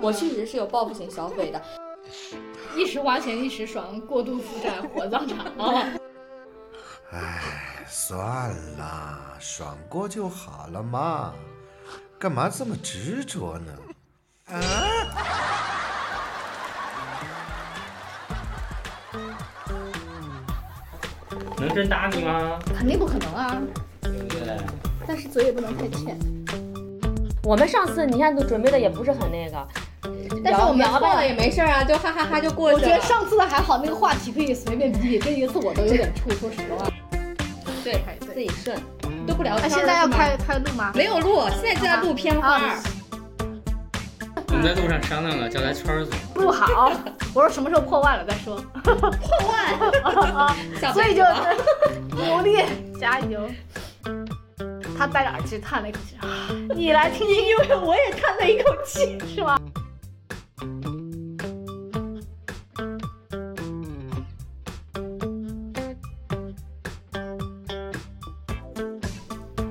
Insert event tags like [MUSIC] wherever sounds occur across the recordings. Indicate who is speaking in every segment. Speaker 1: 我确实是有报复性消费的。
Speaker 2: [LAUGHS] 一时花钱一时爽，过度负债火葬场
Speaker 1: [LAUGHS]
Speaker 2: 啊！
Speaker 3: 哎，算了，爽过就好了嘛，干嘛这么执着呢？啊！
Speaker 4: 能真打你吗？
Speaker 2: 肯定不可能啊，
Speaker 4: 对不对？
Speaker 2: 但是嘴也不能太欠。
Speaker 5: 我们上次你看都准备的也不是很那个，
Speaker 2: 但是我们
Speaker 5: 摇
Speaker 2: 错
Speaker 5: 呗
Speaker 2: 了
Speaker 1: 也没事儿啊，就哈哈哈就过
Speaker 2: 我
Speaker 1: 去
Speaker 2: 觉
Speaker 1: 了
Speaker 2: 得。上次的还好，那个话题可以随便比，这一次我都有点怵，说实话。
Speaker 1: 对，
Speaker 5: 自己顺。
Speaker 1: 都不聊天儿了
Speaker 2: 那啊现在要
Speaker 1: 是吗
Speaker 2: 开开录吗？
Speaker 1: 没有录，现在就在录片花儿。
Speaker 2: 啊
Speaker 4: 我们在路上商量了，叫来圈儿总。
Speaker 2: 录好，我说什么时候破万了再说。
Speaker 1: 下辈
Speaker 2: 所以
Speaker 1: 子
Speaker 2: 就
Speaker 1: 吧
Speaker 2: 是努力加油。他戴着耳机叹了一口气，啊你来听听，因为我也叹了一口气，是吗？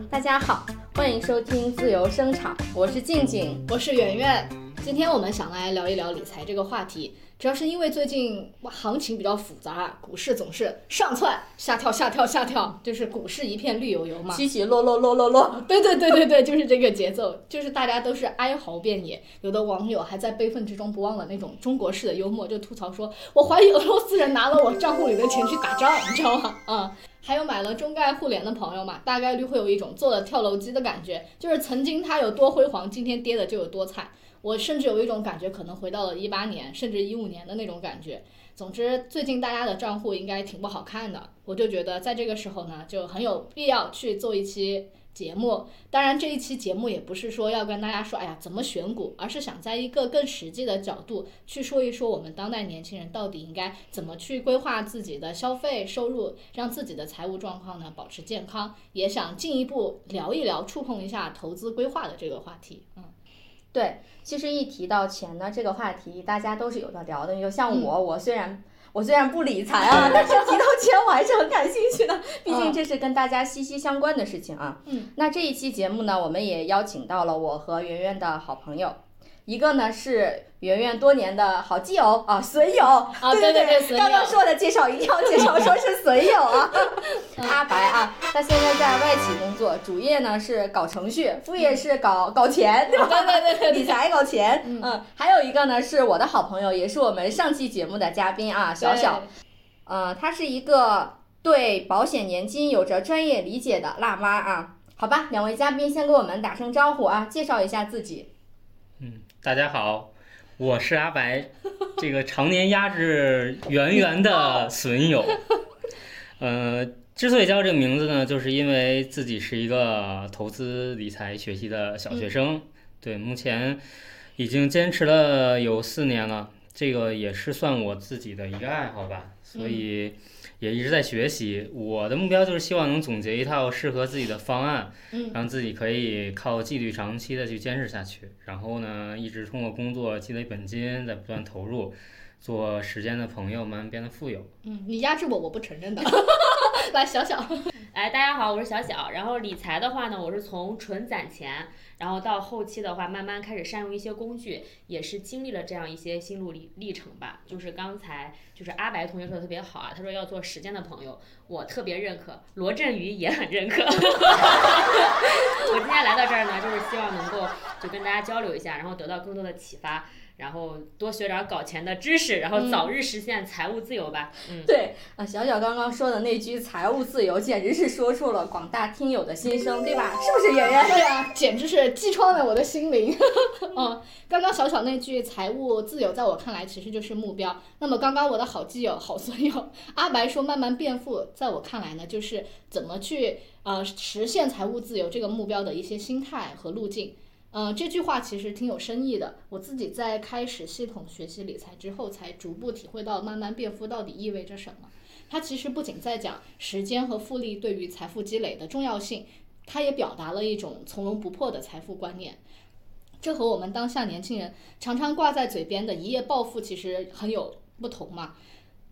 Speaker 1: 大家好，欢迎收听自由生产，我是静静。
Speaker 2: 我是圆圆，今天我们想来聊一聊理财这个话题，主要是因为最近哇行情比较复杂，股市总是上窜下跳下跳下跳，就是股市一片绿油油嘛。
Speaker 1: 起起落落落落落，
Speaker 2: 对对对对对，就是这个节奏，就是大家都是哀嚎遍野，有的网友还在悲愤之中不忘了那种中国式的幽默，就吐槽说：“我怀疑俄罗斯人拿了我账户里的钱去打仗，你知道吗？”啊、还有买了中概互联的朋友嘛，大概率会有一种做了跳楼机的感觉，就是曾经它有多辉煌，今天跌的就有多惨。我甚至有一种感觉，可能回到了一八年甚至一五年的那种感觉。总之，最近大家的账户应该挺不好看的，我就觉得在这个时候呢，就很有必要去做一期节目，当然，这一期节目也不是说要跟大家说，哎呀，怎么选股，而是想在一个更实际的角度去说一说我们当代年轻人到底应该怎么去规划自己的消费收入，让自己的财务状况呢保持健康。也想进一步聊一聊，触碰一下投资规划的这个话题。嗯，
Speaker 1: 对，其实一提到钱呢，这个话题大家都是有的聊的。就像
Speaker 2: 嗯
Speaker 1: 我，我虽然我虽然不理财啊，但是提到钱我还是很感兴趣的，毕竟这是跟大家息息相关的事情啊。
Speaker 2: 嗯，
Speaker 1: 那这一期节目呢，我们也邀请到了我和圆圆的好朋友。一个呢是圆圆多年的好基友啊，损友啊
Speaker 2: 对
Speaker 1: 对
Speaker 2: 对对损友
Speaker 1: 刚刚说的介绍一定要介绍说是损友啊，阿白啊，他现在在外企工作，主业呢是搞程序，副业是搞搞钱，嗯对吧？
Speaker 2: 对对对
Speaker 1: [LAUGHS] 理财搞钱，
Speaker 2: 嗯
Speaker 1: 嗯，还有一个呢是我的好朋友，也是我们上期节目的嘉宾啊，小小，嗯，她是一个对保险年金有着专业理解的辣妈啊。好吧，两位嘉宾先给我们打声招呼啊，介绍一下自己。
Speaker 4: 嗯，大家好，我是阿白，这个常年压制圆圆的损友。呃，之所以叫这个名字呢，就是因为自己是一个投资理财学习的小学生，对，目前已经坚持了有四年了，这个也是算我自己的一个爱好吧，所以也一直在学习。我的目标就是希望能总结一套适合自己的方案。
Speaker 2: 嗯
Speaker 4: 让自己可以靠纪律长期的去坚持下去，然后呢，一直通过工作积累本金，再不断投入，做时间的朋友，慢慢变得富有。
Speaker 2: 嗯，你压制我，我不承认的。 [LAUGHS] 来，小小，
Speaker 6: 哎，大家好，我是小小。然后理财的话呢，我是从纯攒钱，然后到后期的话，慢慢开始善用一些工具，也是经历了这样一些心路历历程吧。就是刚才就是阿白同学说的特别好啊，他说要做实践的朋友，我特别认可，罗振宇也很认可。 [LAUGHS] 我今天来到这儿呢，就是希望能够就跟大家交流一下，然后得到更多的启发。然后多学点儿搞钱的知识，然后早日实现财务自由吧。嗯，
Speaker 1: 对啊，小小刚刚说的那句“财务自由”，简直是说出了广大听友的心声，对吧？是不是圆圆？
Speaker 2: 对啊，简直是击穿了我的心灵。 [LAUGHS] 嗯，刚刚小小那句“财务自由”在我看来其实就是目标。那么刚刚我的好基友、好损友阿白说慢慢变富，在我看来呢，就是怎么去呃实现财务自由这个目标的一些心态和路径。呃，这句话其实挺有深意的。我自己在开始系统学习理财之后，才逐步体会到慢慢变富到底意味着什么。它其实不仅在讲时间和复利对于财富积累的重要性，它也表达了一种从容不迫的财富观念。这和我们当下年轻人常常挂在嘴边的一夜暴富其实很有不同嘛。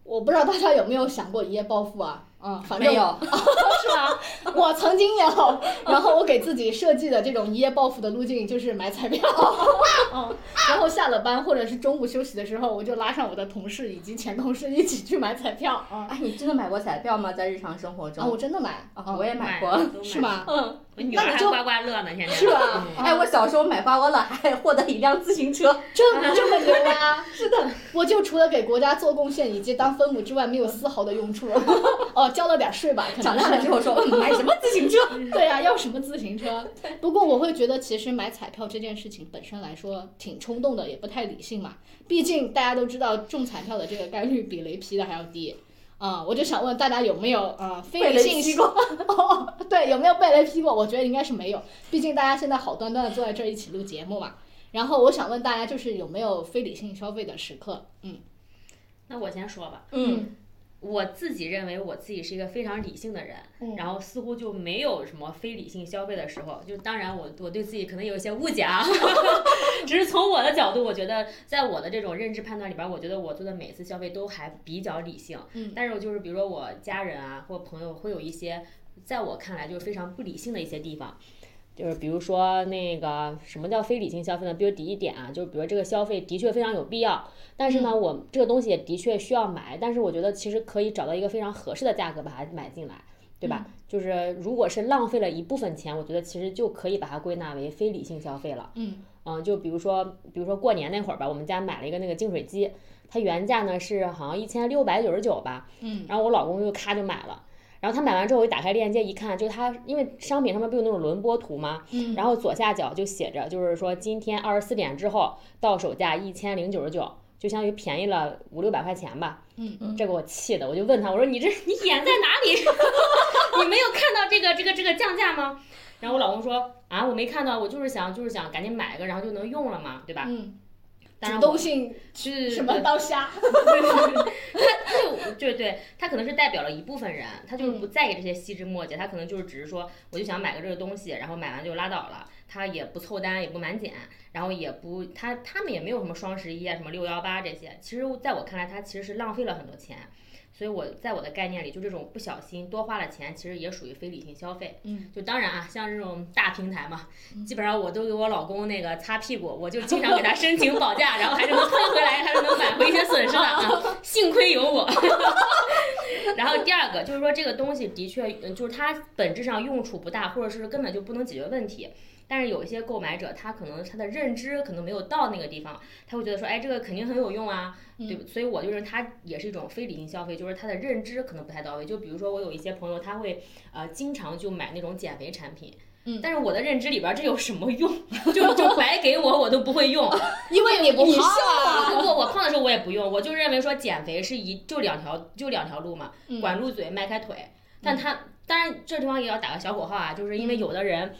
Speaker 2: 我不知道大家有没有想过一夜暴富啊？嗯，反正
Speaker 1: 没有，
Speaker 2: 是吧？ [LAUGHS] 我曾经有，然后我给自己设计的这种一夜暴富的路径就是买彩票，嗯，然后下了班或者是中午休息的时候，我就拉上我的同事以及前同事一起去买彩票啊、
Speaker 1: 哎，你真的买过彩票吗？在日常生活
Speaker 2: 啊！我
Speaker 1: 中，
Speaker 2: 真的买啊，
Speaker 1: 哦我也买
Speaker 2: [LAUGHS]
Speaker 1: 过。 [LAUGHS]
Speaker 6: 了都买
Speaker 2: 是？吗？
Speaker 1: 嗯，
Speaker 6: 我女
Speaker 2: 那
Speaker 6: 儿
Speaker 2: 你
Speaker 6: 还
Speaker 2: 就
Speaker 6: 刮刮乐呢，天天
Speaker 2: 是吧？
Speaker 6: 嗯
Speaker 1: 哎，我小时候买刮刮乐还获得一辆自行车，
Speaker 2: 这这么牛啊！ [LAUGHS] 是的，我就除了给国家做贡献以及当分母之外，没有丝毫的
Speaker 1: [LAUGHS]
Speaker 2: 用处。哦，交了点税吧，可能
Speaker 1: 长大了
Speaker 2: 是
Speaker 1: 之后说嗯买什么自行车？
Speaker 2: 对呀、要什么自行车？不过我会觉得，其实买彩票这件事情本身来说挺冲动的，也不太理性嘛。毕竟大家都知道中彩票的这个概率比雷劈的还要低。啊、我就想问大家有没有啊、呃 [LAUGHS] 非
Speaker 1: 被
Speaker 2: 理
Speaker 1: 雷
Speaker 2: 性
Speaker 1: 劈
Speaker 2: 过？哦， [LAUGHS] 对，有没有被雷劈过？我觉得应该是没有，毕竟大家现在好端端的坐在这儿一起录节目嘛。然后我想问大家，就是有没有非理性消费的时刻？嗯，
Speaker 6: 那我先说吧，
Speaker 1: 嗯，
Speaker 6: 我自己认为我自己是一个非常理性的人，
Speaker 2: 嗯
Speaker 6: 然后似乎就没有什么非理性消费的时候。就当然我我对自己可能有一些误解啊， [LAUGHS] 只是从我的角度，我觉得在我的这种认知判断里边儿，我觉得我做的每次消费都还比较理性。
Speaker 2: 嗯
Speaker 6: 但是我就是比如说我家人啊或朋友会有一些，在我看来就是非常不理性的一些地方。就是比如说那个什么叫非理性消费呢？比如第一点啊，就是比如这个消费的确非常有必要，但是呢，我这个东西也的确需要买，但是我觉得其实可以找到一个非常合适的价格把它买进来，对吧？就是如果是浪费了一部分钱，我觉得其实就可以把它归纳为非理性消费了。
Speaker 2: 嗯
Speaker 6: 嗯，就比如说，比如说过年那会儿吧，我们家买了一个那个净水机，它原价呢是好像一千六百九十九吧，
Speaker 2: 嗯
Speaker 6: 然后我老公就咔就买了。然后他买完之后，我一打开链接一看，就是他，因为商品上面不有那种轮播图吗？
Speaker 2: 嗯
Speaker 6: 然后左下角就写着，就是说今天二十四点之后到手价一千零九十九，就相当于便宜了五六百块钱吧。
Speaker 2: 嗯
Speaker 6: 这给我气的，我就问他，我说你这你眼在哪里？ [LAUGHS] 你没有看到这个这个这个降价吗？然后我老公说啊，我没看到，我就是想就是想赶紧买一个，然后就能用了嘛，对吧？
Speaker 2: 嗯，
Speaker 6: 当然
Speaker 2: 主
Speaker 6: 我
Speaker 2: 动性
Speaker 6: 是
Speaker 2: 什么
Speaker 6: [LAUGHS]
Speaker 2: 刀虾？
Speaker 6: 就对对，他可能是代表了一部分人，他就是不在意这些细枝末节，他可能就是只是说，我就想买个这个东西，然后买完就拉倒了，他也不凑单，也不满减，然后也不他他们也没有什么双十一啊，什么六幺八这些，其实在我看来，他其实是浪费了很多钱，所以我在我的概念里，就这种不小心多花了钱，其实也属于非理性消费。
Speaker 2: 嗯，
Speaker 6: 就当然啊，像这种大平台嘛，基本上我都给我老公那个擦屁股，我就经常给他申请保价，然后还是能退回来，还是能买回一些损失的啊， [LAUGHS] 幸亏有我。然后第二个就是说，这个东西的确，嗯就是它本质上用处不大，或者是根本就不能解决问题。但是有一些购买者，他可能他的认知可能没有到那个地方，他会觉得说，哎，这个肯定很有用啊，对吧，所以我就认为它也是一种非理性消费，就是他的认知可能不太到位。就比如说我有一些朋友，他会呃经常就买那种减肥产品，
Speaker 2: 嗯
Speaker 6: 但是我的认知里边儿这有什么用？ [LAUGHS] 就就白给我，我都不会用。
Speaker 2: 因为你不
Speaker 6: 你
Speaker 2: 胖
Speaker 6: 啊
Speaker 2: 啊，
Speaker 6: 不过我胖的时候我也不用，我就认为说减肥是一就两条就两条路嘛，
Speaker 2: 嗯
Speaker 6: 管住嘴迈开腿。但他当然这地方也要打个小口号啊，就是
Speaker 2: 嗯
Speaker 6: 因为有的人。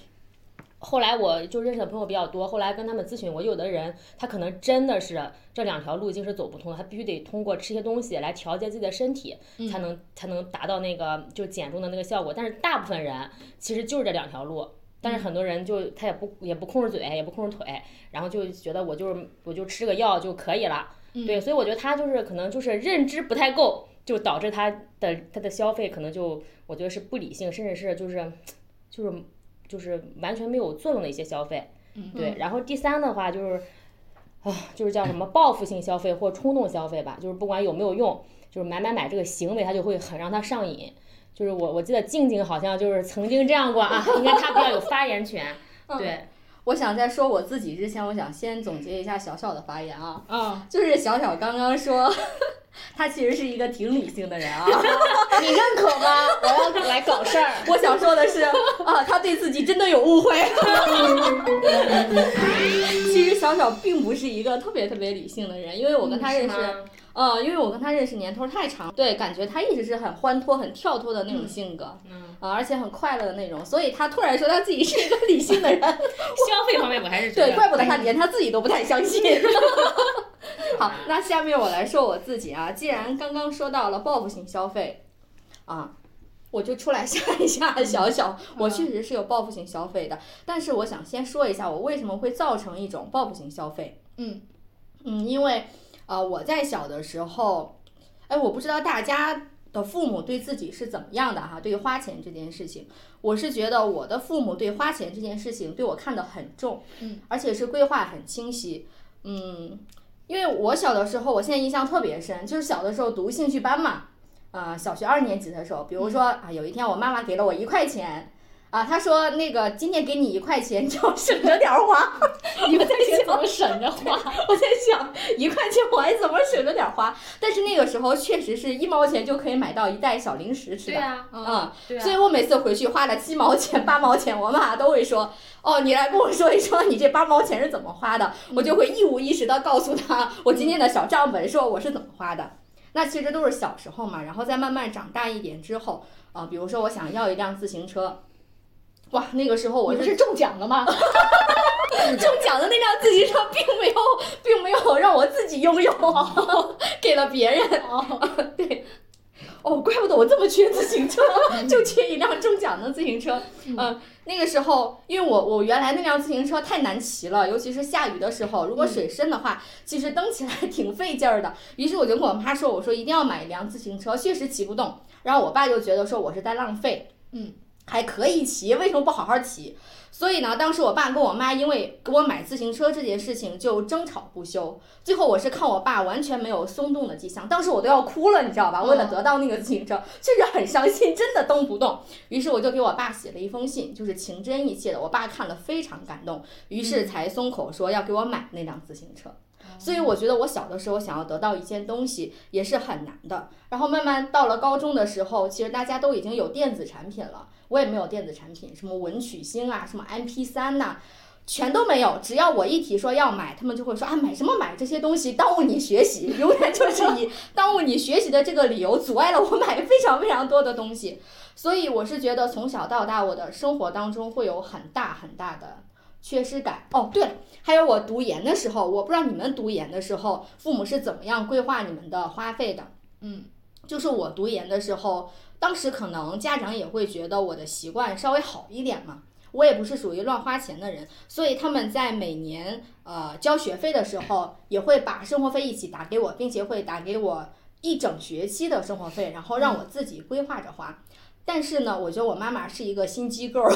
Speaker 6: 后来我就认识的朋友比较多，后来跟他们咨询过，有的人他可能真的是这两条路径是走不通的，他必须得通过吃一些东西来调节自己的身体，
Speaker 2: 嗯
Speaker 6: 才能才能达到那个就减重的那个效果。但是大部分人其实就是这两条路，但
Speaker 2: 嗯
Speaker 6: 是很多人就他也不也不控制嘴，也不控制腿，然后就觉得我就是我就吃个药就可以了。
Speaker 2: 嗯
Speaker 6: 对，所以我觉得他就是可能就是认知不太够，就导致他的他的消费可能就我觉得是不理性，甚至是就是就是就是完全没有作用的一些消费。
Speaker 2: 嗯
Speaker 6: 对。然后第三的话就是啊，就是叫什么报复性消费或冲动消费吧，就是不管有没有用，就是买买买这个行为，它就会很让他上瘾。就是我我记得静静好像就是曾经这样过啊，应该她比较有发言权。对，
Speaker 1: 我想在说我自己之前，我想先总结一下小小的发言啊，
Speaker 2: 啊，
Speaker 1: 就是小小刚刚说，他其实是一个挺理性的人啊。
Speaker 2: 你认可吗？我要来搞事儿。
Speaker 1: 我想说的是，啊，他对自己真的有误会。 [LAUGHS] 其实小小并不是一个特别特别理性的人，因为我跟
Speaker 2: 嗯
Speaker 1: 他认识，呃，因为我跟他认识年头太长，对，感觉他一直是很欢脱、很跳脱的那种性格，啊、
Speaker 6: 嗯，
Speaker 1: 而且很快乐的那种，所以他突然说他自己是一个理性的人，
Speaker 6: 消费方面我还是觉得
Speaker 1: 对，怪不得他连他自己都不太相信。 [LAUGHS] 好，那下面我来说我自己啊，既然刚刚说到了报复性消费，啊，我就出来吓一吓小小，我确实是有报复性消费的，但是我想先说一下我为什么会造成一种报复性消费。
Speaker 2: 嗯
Speaker 1: 嗯，因为啊、呃我在小的时候，哎，我不知道大家。的父母对自己是怎么样的哈、对于花钱这件事情，我是觉得我的父母对花钱这件事情对我看得很重，
Speaker 2: 嗯，
Speaker 1: 而且是规划很清晰，嗯，因为我小的时候，我现在印象特别深，就是小的时候读兴趣班嘛，啊、小学二年级的时候，比如说啊，有一天我妈妈给了我一块钱。啊，她说那个今天给你一块钱，你就省着点儿花。 [LAUGHS]
Speaker 2: 你们在钱怎么省着
Speaker 6: [LAUGHS]
Speaker 2: 花？
Speaker 1: 我在想，一块钱我还怎么省着点花？但是那个时候确实是一毛钱就可以买到一袋小零食吃
Speaker 6: 对
Speaker 1: 的。
Speaker 6: 啊，
Speaker 1: 嗯，
Speaker 6: 对啊
Speaker 1: 所以，我每次回去花了七毛钱、八毛钱，我妈都会说：“哦，你来跟我说一说你这八毛钱是怎么花的。”
Speaker 6: 嗯
Speaker 1: 我就会一五一十的告诉她我今天的小账本，说我是怎么花的。那其实都是小时候嘛，然后再慢慢长大一点之后，啊、比如说我想要一辆自行车，哇，那个时候我
Speaker 2: 我
Speaker 1: 是
Speaker 2: 不是中奖了吗？
Speaker 1: 中奖的那辆自行车并没有，并没有让我自己拥有，给了别人。
Speaker 2: 哦，
Speaker 1: [LAUGHS] 对，哦，怪不得我这么缺自行车，就缺一辆中奖的自行车。嗯、那个时候，因为我我原来那辆自行车太难骑了，尤其是下雨的时候，如果水深的话，其实蹬起来挺费劲儿的。于是我就跟我妈说，我说一定要买一辆自行车，确实骑不动。然后我爸就觉得说我是在浪费，
Speaker 2: 嗯，
Speaker 1: 还可以骑，为什么不好好骑？所以呢，当时我爸跟我妈因为给我买自行车这件事情就争吵不休，最后我是看我爸完全没有松动的迹象，当时我都要哭了，你知道吧？
Speaker 2: 嗯
Speaker 1: 为了得到那个自行车，确实很伤心，真的蹬不动。于是我就给我爸写了一封信，就是情真意切的，我爸看了非常感动，于是才松口说要给我买那辆自行车。所以我觉得我小的时候想要得到一件东西也是很难的。然后慢慢到了高中的时候，其实大家都已经有电子产品了，我也没有电子产品，什么文曲星啊，什么 MP 三呐、全都没有，只要我一提说要买，他们就会说啊买什么买这些东西耽误你学习，永远就是以耽误你学习的这个理由阻碍了我买非常非常多的东西。所以我是觉得从小到大我的生活当中会有很大很大的缺失感。哦，对了，还有我读研的时候，我不知道你们读研的时候父母是怎么样规划你们的花费的。
Speaker 2: 嗯，
Speaker 1: 就是我读研的时候，当时可能家长也会觉得我的习惯稍微好一点嘛。我也不是属于乱花钱的人，所以他们在每年呃交学费的时候，也会把生活费一起打给我，并且会打给我一整学期的生活费，然后让我自己规划着花。但是呢，我觉得我妈妈是一个心机 girl，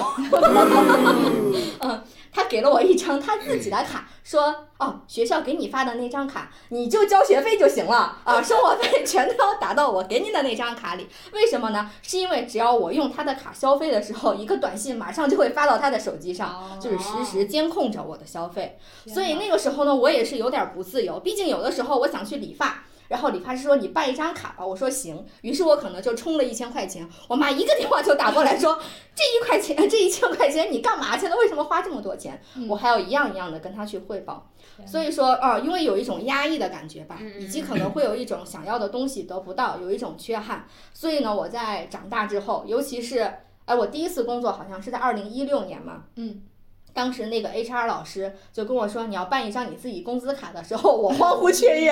Speaker 1: 嗯，她给了我一张她自己的卡，说哦，学校给你发的那张卡，你就交学费就行了啊，生活费全都要打到我给你的那张卡里。为什么呢？是因为只要我用她的卡消费的时候，一个短信马上就会发到她的手机上，就是实时监控着我的消费。所以那个时候呢，我也是有点儿不自由，毕竟有的时候我想去理发。然后理发师说你办一张卡吧，我说行，于是我可能就充了一千块钱，我妈一个电话就打过来说，这一块钱， [LAUGHS] 这一千块钱你干嘛去了？为什么花这么多钱？
Speaker 2: 嗯
Speaker 1: 我还要一样一样的跟她去汇报。
Speaker 2: 天
Speaker 1: 所以说，啊，因为有一种压抑的感觉吧
Speaker 6: 嗯，嗯
Speaker 1: 以及可能会有一种想要的东西得不到，有一种缺憾。所以呢，我在长大之后，尤其是，哎，我第一次工作好像是在二零一六年嘛，
Speaker 2: 嗯，
Speaker 1: 当时那个 HR 老师就跟我说，你要办一张你自己工资卡的时候，我欢呼雀跃。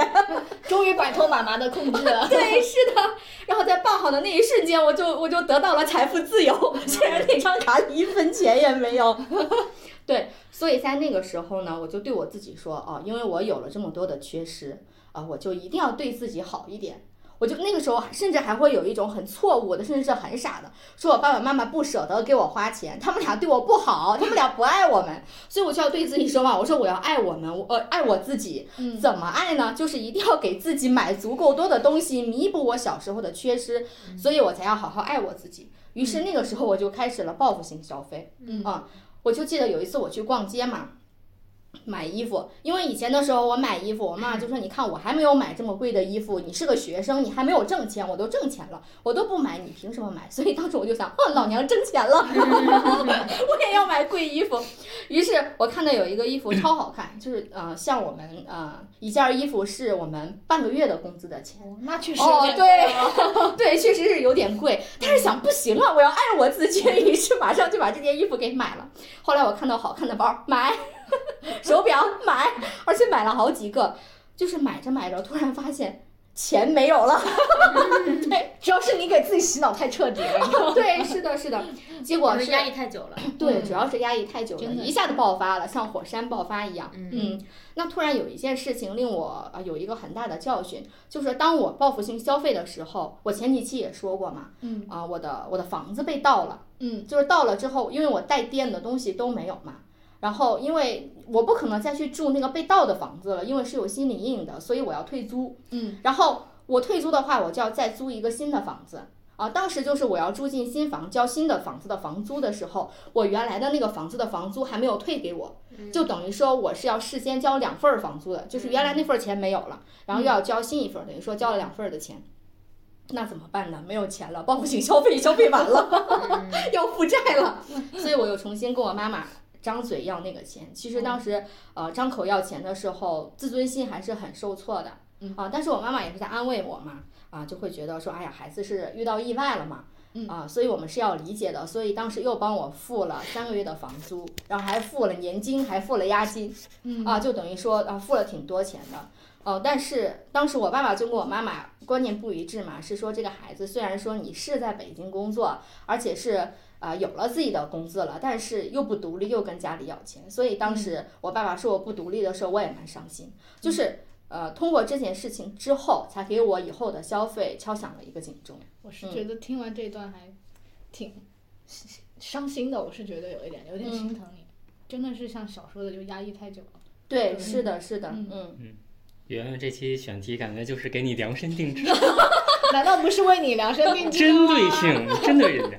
Speaker 2: 终于摆脱妈妈的控制了。
Speaker 1: 对，是的。然后在办好的那一瞬间，我就我就得到了财富自由，虽然那张卡里一分钱也没有。 [LAUGHS] 对，所以在那个时候呢，我就对我自己说，哦，因为我有了这么多的缺失，啊、我就一定要对自己好一点。我就那个时候，甚至还会有一种很错误的，甚至是很傻的，说我爸爸妈妈不舍得给我花钱，他们俩对我不好，他们俩不爱我们，所以我就要对自己说嘛，我说我要爱我们，我呃爱我自己，
Speaker 2: 嗯，
Speaker 1: 怎么爱呢？就是一定要给自己买足够多的东西，弥补我小时候的缺失，所以我才要好好爱我自己。于是那个时候我就开始了报复性消费。
Speaker 2: 嗯
Speaker 1: 啊，我就记得有一次我去逛街嘛。买衣服，因为以前的时候我买衣服，我妈就说：“你看我还没有买这么贵的衣服，你是个学生，你还没有挣钱，我都挣钱了，我都不买，你凭什么买？”所以当时我就想，哦，老娘挣钱了，我也要买贵衣服。于是我看到有一个衣服超好看，就是呃，像我们呃一件衣服是我们半个月的工资的钱。
Speaker 2: [LAUGHS] 哦那确实有
Speaker 1: 哦
Speaker 2: 点，啊嗯
Speaker 1: 对， [LAUGHS] 对，确实是有点贵，但是想不行啊，我要爱我自己，于是马上就把这件衣服给买了。后来我看到好看的包，买， [LAUGHS] 手表买，而且买了好几个，就是买着买着，突然发现。钱没有了。
Speaker 2: 对，主要是你给自己洗脑太彻底了，你知道吗
Speaker 1: 对，是的，是的。结果
Speaker 6: 就是
Speaker 1: 是
Speaker 6: 压抑太久了。
Speaker 1: 对，
Speaker 2: 嗯
Speaker 1: 主要是压抑太久了，
Speaker 2: 真的
Speaker 1: 一下子爆发了，像火山爆发一样。
Speaker 6: 嗯，
Speaker 1: 嗯，那突然有一件事情令我呃有一个很大的教训，就是当我报复性消费的时候，我前几期也说过嘛，
Speaker 2: [LAUGHS] 嗯
Speaker 1: 啊、我的我的房子被盗了，
Speaker 2: [LAUGHS] 嗯，
Speaker 1: 就是盗了之后，因为我带电的东西都没有嘛，然后因为我不可能再去住那个被盗的房子了，因为是有心理阴影的，所以我要退租，
Speaker 2: 嗯，
Speaker 1: 然后我退租的话，我就要再租一个新的房子。啊，当时就是我要住进新房，交新的房子的房租的时候，我原来的那个房子的房租还没有退给我，
Speaker 2: 嗯
Speaker 1: 就等于说我是要事先交两份儿房租的，就是原来那份儿钱没有了，
Speaker 2: 嗯
Speaker 1: 然后又要交新一份儿，等于说交了两份儿的钱。那怎么办呢？没有钱了，报复性消费，消费完了，
Speaker 6: 嗯
Speaker 1: 要负债了， [LAUGHS] 所以我又重新跟我妈妈张嘴要那个钱。其实当时呃张口要钱的时候，自尊心还是很受挫的
Speaker 2: 嗯
Speaker 1: 啊。但是我妈妈也是在安慰我嘛，啊就会觉得说，哎呀，孩子是遇到意外了嘛。
Speaker 2: 嗯
Speaker 1: 啊，所以我们是要理解的，所以当时又帮我付了三个月的房租，然后还付了年金，还付了押金，
Speaker 2: 嗯
Speaker 1: 啊，就等于说啊付了挺多钱的。哦，但是当时我爸爸就跟我妈妈观念不一致嘛，是说这个孩子虽然说你是在北京工作，而且是啊、呃有了自己的工资了，但是又不独立，又跟家里要钱，所以
Speaker 2: 嗯
Speaker 1: 当时我爸爸说我不独立的时候，我也蛮伤心，
Speaker 2: 嗯
Speaker 1: 就是呃通过这件事情之后，才给我以后的消费敲响了一个警钟。
Speaker 2: 我是
Speaker 6: 嗯
Speaker 2: 觉得听完这一段还挺伤心的，我是觉得有一点有点心疼你，真的是像小说的就压抑太久了。
Speaker 1: 对，
Speaker 2: 嗯
Speaker 1: 是的，是的，
Speaker 2: 嗯
Speaker 1: 嗯 [LAUGHS]
Speaker 4: 圆圆这期选题感觉就是给你量身
Speaker 2: [LAUGHS]
Speaker 4: 定制，
Speaker 2: 难道不是为你量身定制的
Speaker 4: 针
Speaker 2: 吗？
Speaker 4: 对性，针对人家。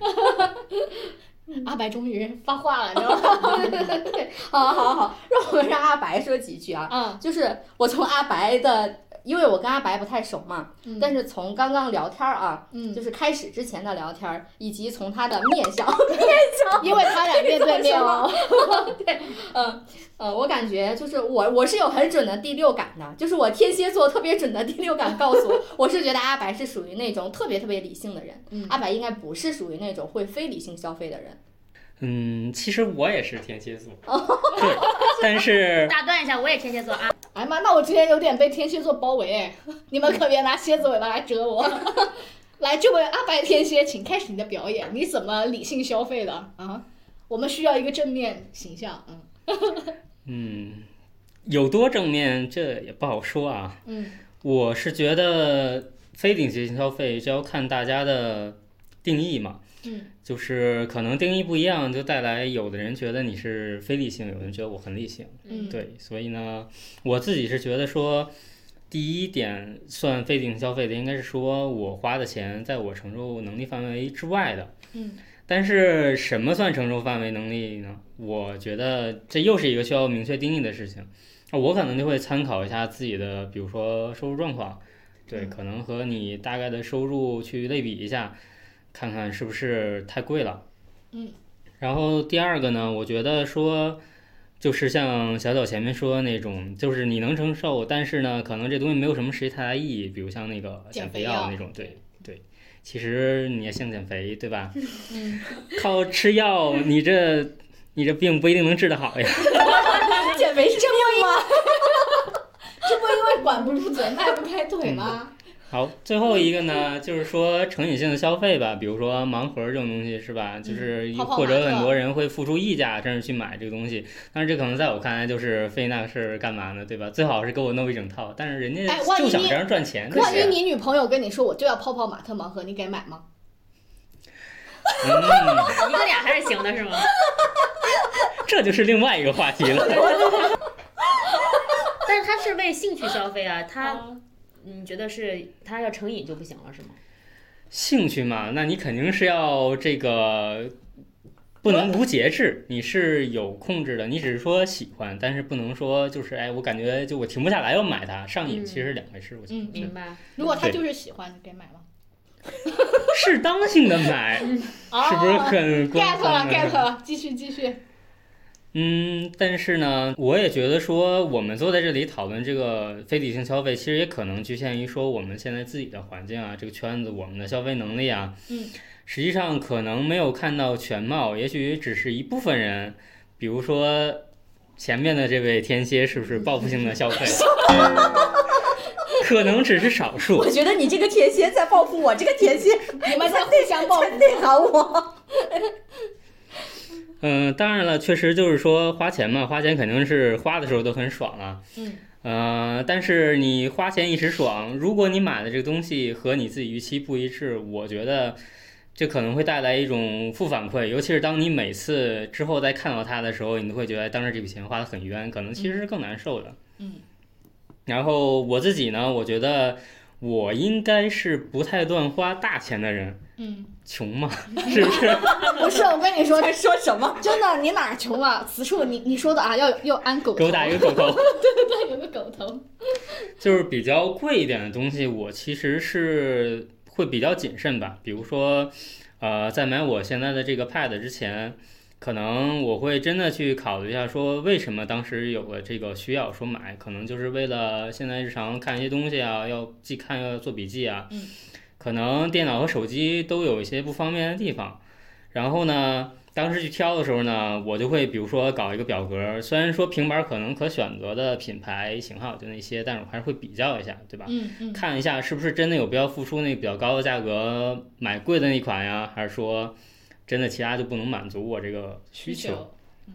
Speaker 2: 阿白终于发话了，你知道 [LAUGHS] 吗？
Speaker 1: 好好好，让我们让阿白说几句啊。
Speaker 2: 啊，
Speaker 1: 就是我从阿白的，因为我跟阿白不太熟嘛，
Speaker 2: 嗯
Speaker 1: 但是从刚刚聊天儿啊，
Speaker 2: 嗯
Speaker 1: 就，是开始之前的聊天儿，以及从他的面相，
Speaker 2: 因为他俩面对面哦，
Speaker 1: 嗯呃，我感觉就是我我是有很准的第六感的，就是我天蝎座特别准的第六感告诉我，我是觉得阿白是属于那种特别特别理性的人，
Speaker 2: 嗯
Speaker 1: 阿白应该不是属于那种会非理性消费的人。
Speaker 4: 嗯，其实我也是天
Speaker 2: [LAUGHS]
Speaker 4: 蝎座，对，但是
Speaker 6: 打断一下，我也天蝎 [LAUGHS] 座啊，
Speaker 2: 哎妈，那我之前有点被天蝎座包围，哎，你们可别拿蝎子尾巴来折 [LAUGHS] 我。来，这位阿白天蝎，请开始你的表演，你怎么理性消费的啊？我们需要一个正面形象，嗯
Speaker 4: 嗯，有多正面这也不好说啊。
Speaker 2: 嗯
Speaker 4: 我是觉得非理性消费就要看大家的定义嘛，
Speaker 2: 嗯
Speaker 4: 就是可能定义不一样，就带来有的人觉得你是非理性，有人觉得我很理性。
Speaker 2: 嗯，，
Speaker 4: 对，所以呢，我自己是觉得说，第一点算非理性消费的，应该是说我花的钱在我承受能力范围之外的。
Speaker 2: 嗯。
Speaker 4: 但是什么算承受范围能力呢？我觉得这又是一个需要明确定义的事情。那我可能就会参考一下自己的，比如说收入状况，对，可能和你大概的收入去类比一下，看看是不是太贵了。
Speaker 2: 嗯。
Speaker 4: 然后第二个呢，我觉得说，就是像小小前面说的那种，就是你能承受，但是呢，可能这东西没有什么实际太大意义，比如像那个
Speaker 2: 减
Speaker 4: 减
Speaker 2: 肥
Speaker 4: 肥
Speaker 2: 药
Speaker 4: 药那种，对对。其实你也想减肥，对吧？
Speaker 2: 嗯，
Speaker 4: 靠吃药，你这你这病不一定能治得好呀。
Speaker 1: 减肥是这样 [LAUGHS] 吗？
Speaker 2: 这不因为管不住嘴，迈不开腿吗？
Speaker 4: 好，最后一个呢，就是说成瘾性的消费吧，比如说盲盒这种东西是吧？就是
Speaker 2: 嗯泡泡
Speaker 4: 或者
Speaker 2: 玛特
Speaker 4: 很多人会付出溢价，甚至去买这个东西。但是这可能在我看来就是费那个事儿干嘛呢，对吧？最好是给我弄一整套，但是人家
Speaker 2: 哎万一
Speaker 4: 就想
Speaker 2: 你
Speaker 4: 这样赚钱，对
Speaker 2: 万一
Speaker 4: 吧？
Speaker 2: 你女朋友跟你说我就要泡泡玛特盲盒，你给买吗？
Speaker 4: 嗯，
Speaker 6: 一个俩还是行的， [LAUGHS] 是吗？
Speaker 4: 这就是另外一个话题
Speaker 2: [LAUGHS]
Speaker 4: 了。
Speaker 6: 但是他是为兴趣消费啊，他
Speaker 2: 啊
Speaker 6: 你觉得是他要成瘾就不行了，是吗？
Speaker 4: 兴趣嘛，那你肯定是要这个。不能无节制，你是有控制的。你只是说喜欢，但是不能说就是哎，我感觉就我停不下来要买它，上瘾
Speaker 6: 嗯
Speaker 4: 其实是两回事。我觉得
Speaker 2: 嗯，
Speaker 6: 明白。
Speaker 2: 如果她就是喜欢，你给买吗？
Speaker 4: 适当性的买，是不是
Speaker 2: 哦
Speaker 4: 很官
Speaker 2: get
Speaker 4: 方
Speaker 2: 了
Speaker 4: 啊
Speaker 2: get 了，继续继续。
Speaker 4: 嗯，但是呢，我也觉得说，我们坐在这里讨论这个非理性消费，其实也可能局限于说我们现在自己的环境啊，这个圈子，我们的消费能力啊，
Speaker 2: 嗯，
Speaker 4: 实际上可能没有看到全貌，也许只是一部分人，比
Speaker 2: [LAUGHS]
Speaker 4: 如说前面的这位天蝎，是不是报复性的消费？可能只是少数
Speaker 1: 我。觉得你这个甜心在报复我，这个甜心
Speaker 2: [LAUGHS] 你们嗯在互相报复
Speaker 1: 在内涵我。
Speaker 4: 嗯，当然了，确实就是说花钱嘛，花钱肯定是花的时候都很爽啊。
Speaker 2: 嗯。
Speaker 4: 呃，但是你花钱一时爽，如果你买的这个东西和你自己预期不一致，我觉得这可能会带来一种负反馈，尤其是当你每次之后再看到它的时候，你都会觉得当时这笔钱花的很冤，可能其实是更难受的。
Speaker 2: 嗯。
Speaker 4: 然后我自己呢，我觉得我应该是不太乱花大钱的人，
Speaker 2: 嗯，
Speaker 4: 穷嘛， [LAUGHS] 是不是？
Speaker 2: [LAUGHS] 不是，我跟你说，
Speaker 1: 在说什么？
Speaker 2: 真的，你哪儿穷了？此处你你说的啊，要要安狗头，
Speaker 4: 给我打一个狗头。
Speaker 2: 对，有个狗头。
Speaker 4: 就是比较贵一点的东西，我其实是会比较谨慎吧。比如说，呃，在买我现在的这个 Pad 之前，可能我会真的去考虑一下，说为什么当时有了这个需要说买，可能就是为了现在日常看一些东西啊，要记看要做笔记啊，
Speaker 2: 嗯
Speaker 4: 可能电脑和手机都有一些不方便的地方。然后呢，当时去挑的时候呢，我就会比如说搞一个表格，虽然说平板可能可选择的品牌型号就那些，但是我还是会比较一下，对吧？
Speaker 2: 嗯嗯
Speaker 4: 看一下是不是真的有必要付出那比较高的价格买贵的那款呀，还是说真的其他就不能满足我这个需求？嗯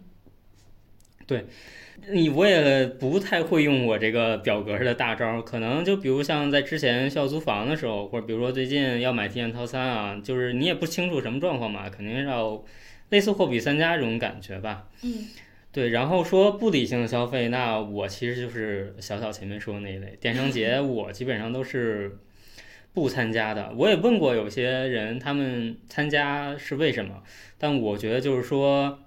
Speaker 4: 你我也不太会用我这个表格的大招儿，可能就比如像在之前需要租房的时候，或者比如说最近要买体验套餐啊，就是你也不清楚什么状况嘛，肯定是要类似货比三家这种感觉吧。
Speaker 2: 嗯，
Speaker 4: 对，然后说不理性的消费，那我其实就是小小前面说的那一类，电商 [LAUGHS] 节我基本上都是不参加的。我也问过有些人，他们参加是为什么，但我觉得就是说。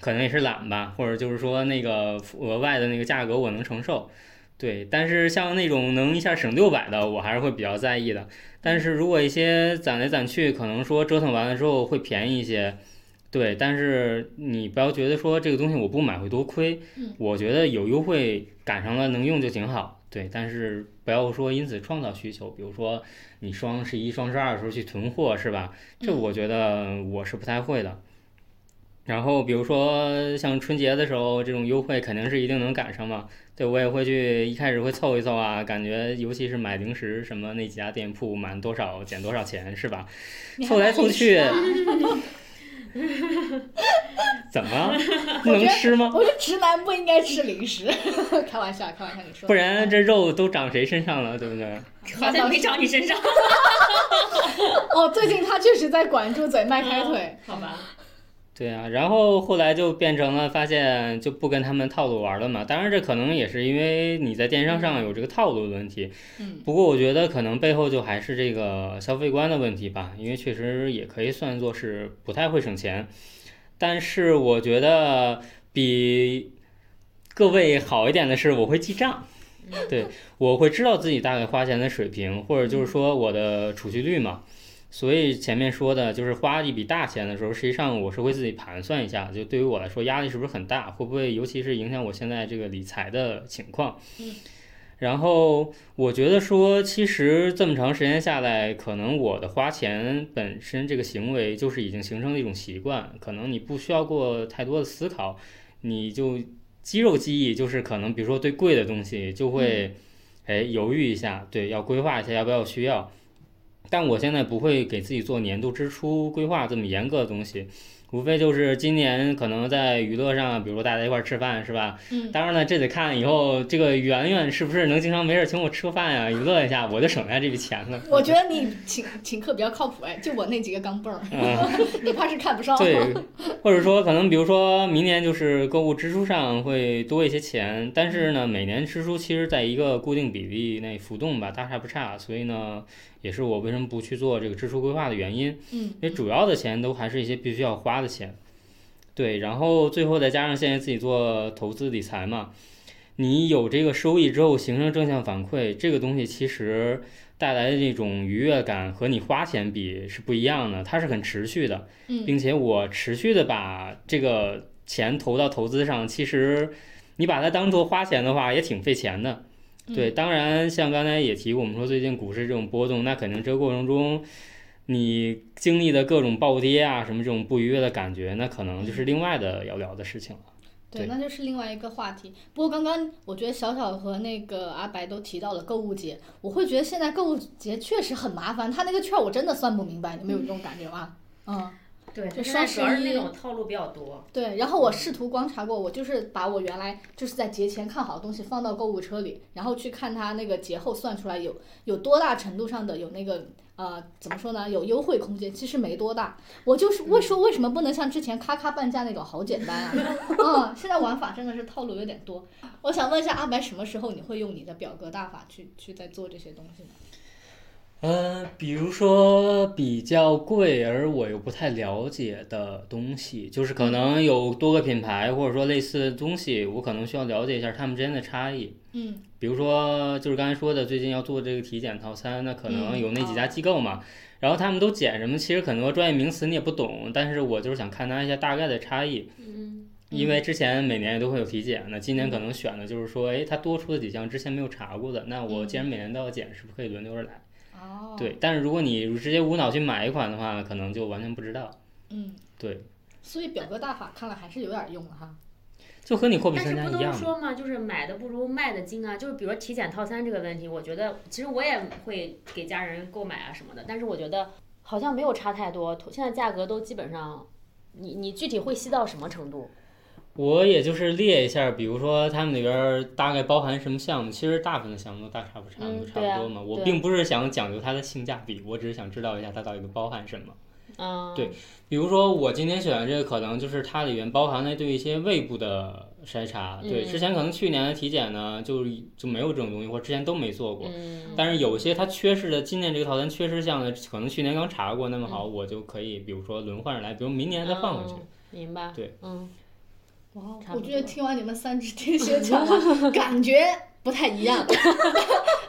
Speaker 4: 可能也是懒吧，或者就是说那个额外的那个价格我能承受，对。但是像那种能一下省六百的，我还是会比较在意的。但是如果一些攒来攒去，可能说折腾完了之后会便宜一些，对。但是你不要觉得说这个东西我不买会多亏，
Speaker 2: 嗯
Speaker 4: 我觉得有优惠赶上了能用就挺好，对。但是不要说因此创造需求，比如说你双十一、双十二的时候去囤货是吧？这
Speaker 2: 嗯
Speaker 4: 我觉得我是不太会的。然后比如说像春节的时候，这种优惠肯定是一定能赶上嘛。对我也会去一开始会凑一凑啊，感觉尤其是买零食什么那几家店铺满多少减多少钱是吧？
Speaker 2: 你还
Speaker 4: 凑来
Speaker 2: 买
Speaker 4: 凑
Speaker 2: 零食
Speaker 4: 去
Speaker 2: 啊，
Speaker 4: 怎么
Speaker 2: [LAUGHS]
Speaker 4: 不能吃吗？
Speaker 2: 我觉得直男不应该吃零食， [LAUGHS] 开玩笑，开玩笑，你说的。
Speaker 4: 不然这肉都长谁身上了，对不对？
Speaker 6: [LAUGHS] 好像没长你身上，
Speaker 2: 哦，最近他确实在管住嘴迈开腿，
Speaker 6: [LAUGHS] 好吧？
Speaker 4: 对啊，然后后来就变成了发现就不跟他们套路玩了嘛。当然，这可能也是因为你在电商上有这个套路的问题。
Speaker 2: 嗯。
Speaker 4: 不过我觉得可能背后就还是这个消费观的问题吧，因为确实也可以算作是不太会省钱，但是我觉得比各位好一点的是，我会记账。对，我会知道自己大概花钱的水平，或者就是说我的储蓄率嘛。所以前面说的就是花一笔大钱的时候，实际上我是会自己盘算一下，就对于我来说压力是不是很大，会不会尤其是影响我现在这个理财的情况。
Speaker 2: 嗯。
Speaker 4: 然后我觉得说，其实这么长时间下来，可能我的花钱本身这个行为就是已经形成了一种习惯，可能你不需要过太多的思考，你就肌肉记忆，就是可能比如说对贵的东西就会，哎犹豫一下，对，要规划一下要不要需要。但我现在不会给自己做年度支出规划这么严格的东西，无非就是今年可能在娱乐上，比如说大家一块儿吃饭是吧？
Speaker 2: 嗯
Speaker 4: 当然了，这得看以后这个圆圆是不是能经常没事儿请我吃个饭呀、娱乐一下，我就省下这笔钱了。
Speaker 2: 我觉得你请请客比较靠谱哎，就我那几个钢镚儿，
Speaker 4: 嗯，
Speaker 2: [LAUGHS] 你怕是看不上。
Speaker 4: 对，
Speaker 2: [LAUGHS]
Speaker 4: 或者说可能比如说明年就是购物支出上会多一些钱，但是
Speaker 2: 嗯
Speaker 4: 呢，每年支出其实在一个固定比例内浮动吧，大差不差，所以呢，也是我为什么不去做这个支出规划的原因。
Speaker 2: 嗯，
Speaker 4: 因为主要的钱都还是一些必须要花的钱，对，然后最后再加上现在自己做投资理财嘛，你有这个收益之后形成正向反馈，这个东西其实带来的那种愉悦感和你花钱比是不一样的，它是很持续的，
Speaker 2: 嗯
Speaker 4: 并且我持续的把这个钱投到投资上，其实你把它当做花钱的话也挺费钱的。对，当然，像刚才也提过，我们说最近股市这种波动，那肯定这个过程中，你经历的各种暴跌啊，什么这种不愉悦的感觉，那可能就是另外的要聊的事情了。
Speaker 2: 对，
Speaker 4: 对
Speaker 2: 那就是另外一个话题。不过刚刚我觉得小小和那个阿白都提到了购物节，我会觉得现在购物节确实很麻烦，他那个券我真的算不明白，你们有这种感觉吗？嗯，
Speaker 6: 对，
Speaker 2: 就
Speaker 6: 现在主
Speaker 2: 双
Speaker 6: 要
Speaker 2: 十
Speaker 6: 是那
Speaker 2: 一
Speaker 6: 种套路比较多。
Speaker 2: 对。然后我试图观察过，我就是把我原来就是在节前看好的东西放到购物车里，然后去看它那个节后算出来有有多大程度上的有那个呃怎么说呢，有优惠空间，其实没多大。我就是为说为什么不能像之前咔咔半价那种好简单啊？ [LAUGHS] 嗯，现在玩法真的是套路有点多。我想问一下阿白，什么时候你会用你的表格大法去去在做这些东西呢？
Speaker 4: 呃，比如说比较贵而我又不太了解的东西，就是可
Speaker 2: 嗯
Speaker 4: 能有多个品牌或者说类似的东西，我可能需要了解一下它们之间的差异。
Speaker 2: 嗯，
Speaker 4: 比如说就是刚才说的，最近要做这个体检套餐，那可能
Speaker 2: 嗯
Speaker 4: 有那几家机构嘛，然后他们都检什么，其实很多专业名词你也不懂，但是我就是想看它一下大概的差异。
Speaker 6: 嗯，
Speaker 4: 因为之前每年也都会有体检，那今年可能选的就是说，哎，它多出的几项之前没有查过的，那
Speaker 2: 嗯
Speaker 4: 我既然每年都要检，是不是可以轮流着来？
Speaker 2: 哦，
Speaker 4: 对，，但是如果你直接无脑去买一款的话，可能就完全不知道。
Speaker 2: 嗯，
Speaker 4: 对，
Speaker 2: 所以表格大法看来还是有点用的哈。
Speaker 4: 就和你货比
Speaker 6: 但是
Speaker 4: 三家
Speaker 6: 不
Speaker 4: 一
Speaker 6: 都
Speaker 4: 样
Speaker 6: 是
Speaker 4: 嘛。
Speaker 6: 说嘛，就是买的不如卖的精啊。就是比如说体检套餐这个问题，我觉得其实我也会给家人购买啊什么的，但是我觉得好像没有差太多，现在价格都基本上。你你具体会吸到什么程度？
Speaker 4: 我也就是列一下，比如说他们里边儿大概包含什么项目，其实大部分的项目都大差不差，
Speaker 6: 嗯
Speaker 4: 都差
Speaker 6: 对啊
Speaker 4: 不多嘛。我
Speaker 6: 对啊
Speaker 4: 并不是想讲究它的性价比，我只是想知道一下它到底都包含什么。
Speaker 6: 嗯，
Speaker 4: 对，比如说我今天选的这个，可能就是它里面包含了对一些胃部的筛查。对，
Speaker 6: 嗯
Speaker 4: 之前可能去年的体检呢，就是就没有这种东西，或者之前都没做过。
Speaker 6: 嗯，
Speaker 4: 但是有些它缺失的，今年这个套餐缺失项呢，可能去年刚查过，那么好，
Speaker 2: 嗯
Speaker 4: 我就可以比如说轮换着来，比如明年再换
Speaker 2: 哦
Speaker 4: 回去。
Speaker 6: 明白。
Speaker 4: 对，
Speaker 6: 嗯，
Speaker 2: 哇，
Speaker 6: 差
Speaker 2: 我
Speaker 6: 不
Speaker 2: 觉得
Speaker 6: 多
Speaker 2: 听完你们三只天 [LAUGHS] 蝎讲完，感觉不太一样，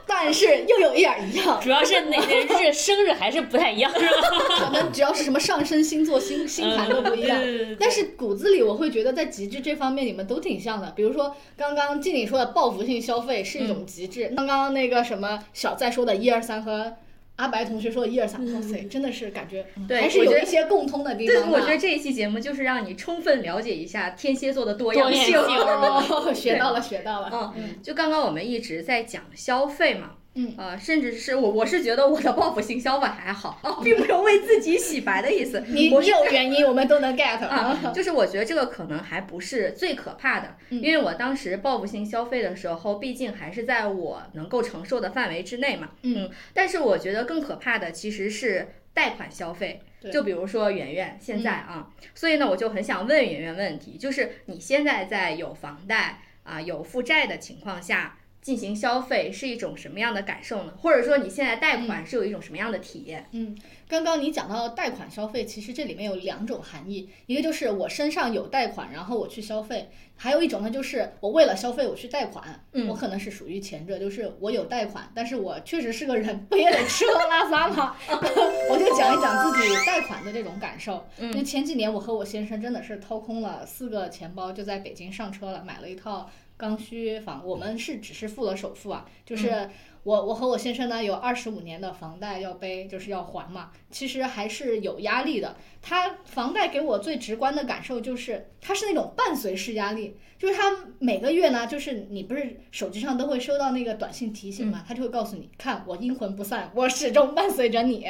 Speaker 2: 但是又有一点儿一样。
Speaker 6: 主要是哪个日生日还是不太一样，是吧？
Speaker 2: 他们只要是什么上升星座、星星盘都不一
Speaker 6: [LAUGHS]
Speaker 2: 样
Speaker 1: [LAUGHS]
Speaker 6: 嗯对对对对。
Speaker 2: 但是骨子里我会觉得在极致这方面你们都挺像的。比如说刚刚经理说的报复性消费是一种极
Speaker 1: 嗯
Speaker 2: 致，刚刚那个什么小在说的一二三和。阿白同学说的一二三，哇塞，真的是感觉嗯
Speaker 1: 对
Speaker 2: 还是
Speaker 1: 我觉
Speaker 2: 有
Speaker 1: 得
Speaker 2: 一些共通的地
Speaker 1: 对，
Speaker 2: 方吧。啊
Speaker 1: 我觉得这一期节目就是让你充分了解一下天蝎座的多
Speaker 6: 多
Speaker 1: 样
Speaker 6: 样
Speaker 1: 性。
Speaker 2: [LAUGHS]
Speaker 6: 性
Speaker 2: 哦，学到了，学到了。
Speaker 1: 嗯，就刚刚我们一直在讲消费嘛，
Speaker 2: 嗯
Speaker 1: 呃，甚至是我我是觉得我的报复性消费还好哦，并没有为自己洗白的意思。
Speaker 2: 你
Speaker 1: 我是
Speaker 2: 有原因，我们都能 get
Speaker 1: 啊，就是我觉得这个可能还不是最可怕的，
Speaker 2: 嗯
Speaker 1: 因为我当时报复性消费的时候，毕竟还是在我能够承受的范围之内嘛。
Speaker 2: 嗯，
Speaker 1: 但是我觉得更可怕的其实是贷款消费
Speaker 2: 对。嗯
Speaker 1: 就比如说圆圆现在啊，所以呢，我就很想问圆圆问题，就是你现在在有房贷啊、有负债的情况下进行消费是一种什么样的感受呢？或者说你现在贷
Speaker 2: 嗯
Speaker 1: 款是有一种什么样的体验？
Speaker 2: 刚刚你讲到贷款消费，其实这里面有两种含义，一个就是我身上有贷款，然后我去消费；还有一种呢，就是我为了消费我去贷款。
Speaker 1: 嗯
Speaker 2: 我可能是属于前者，就是我有贷款，但是我确实是个人，不也得吃喝拉撒吗？我就讲一讲自己贷款的这种感受。因为前几年我和我先生真的是掏空了四个钱包，就在北京上车了，买了一套刚需房。我们是只是付了首付啊，就是我我和我先生呢有二十五年的房贷要背，就是要还嘛，其实还是有压力的。他房贷给我最直观的感受就是，它是那种伴随式压力，就是他每个月呢，就是你不是手机上都会收到那个短信提醒嘛，他就会告诉你，看我阴魂不散，我始终伴随着你。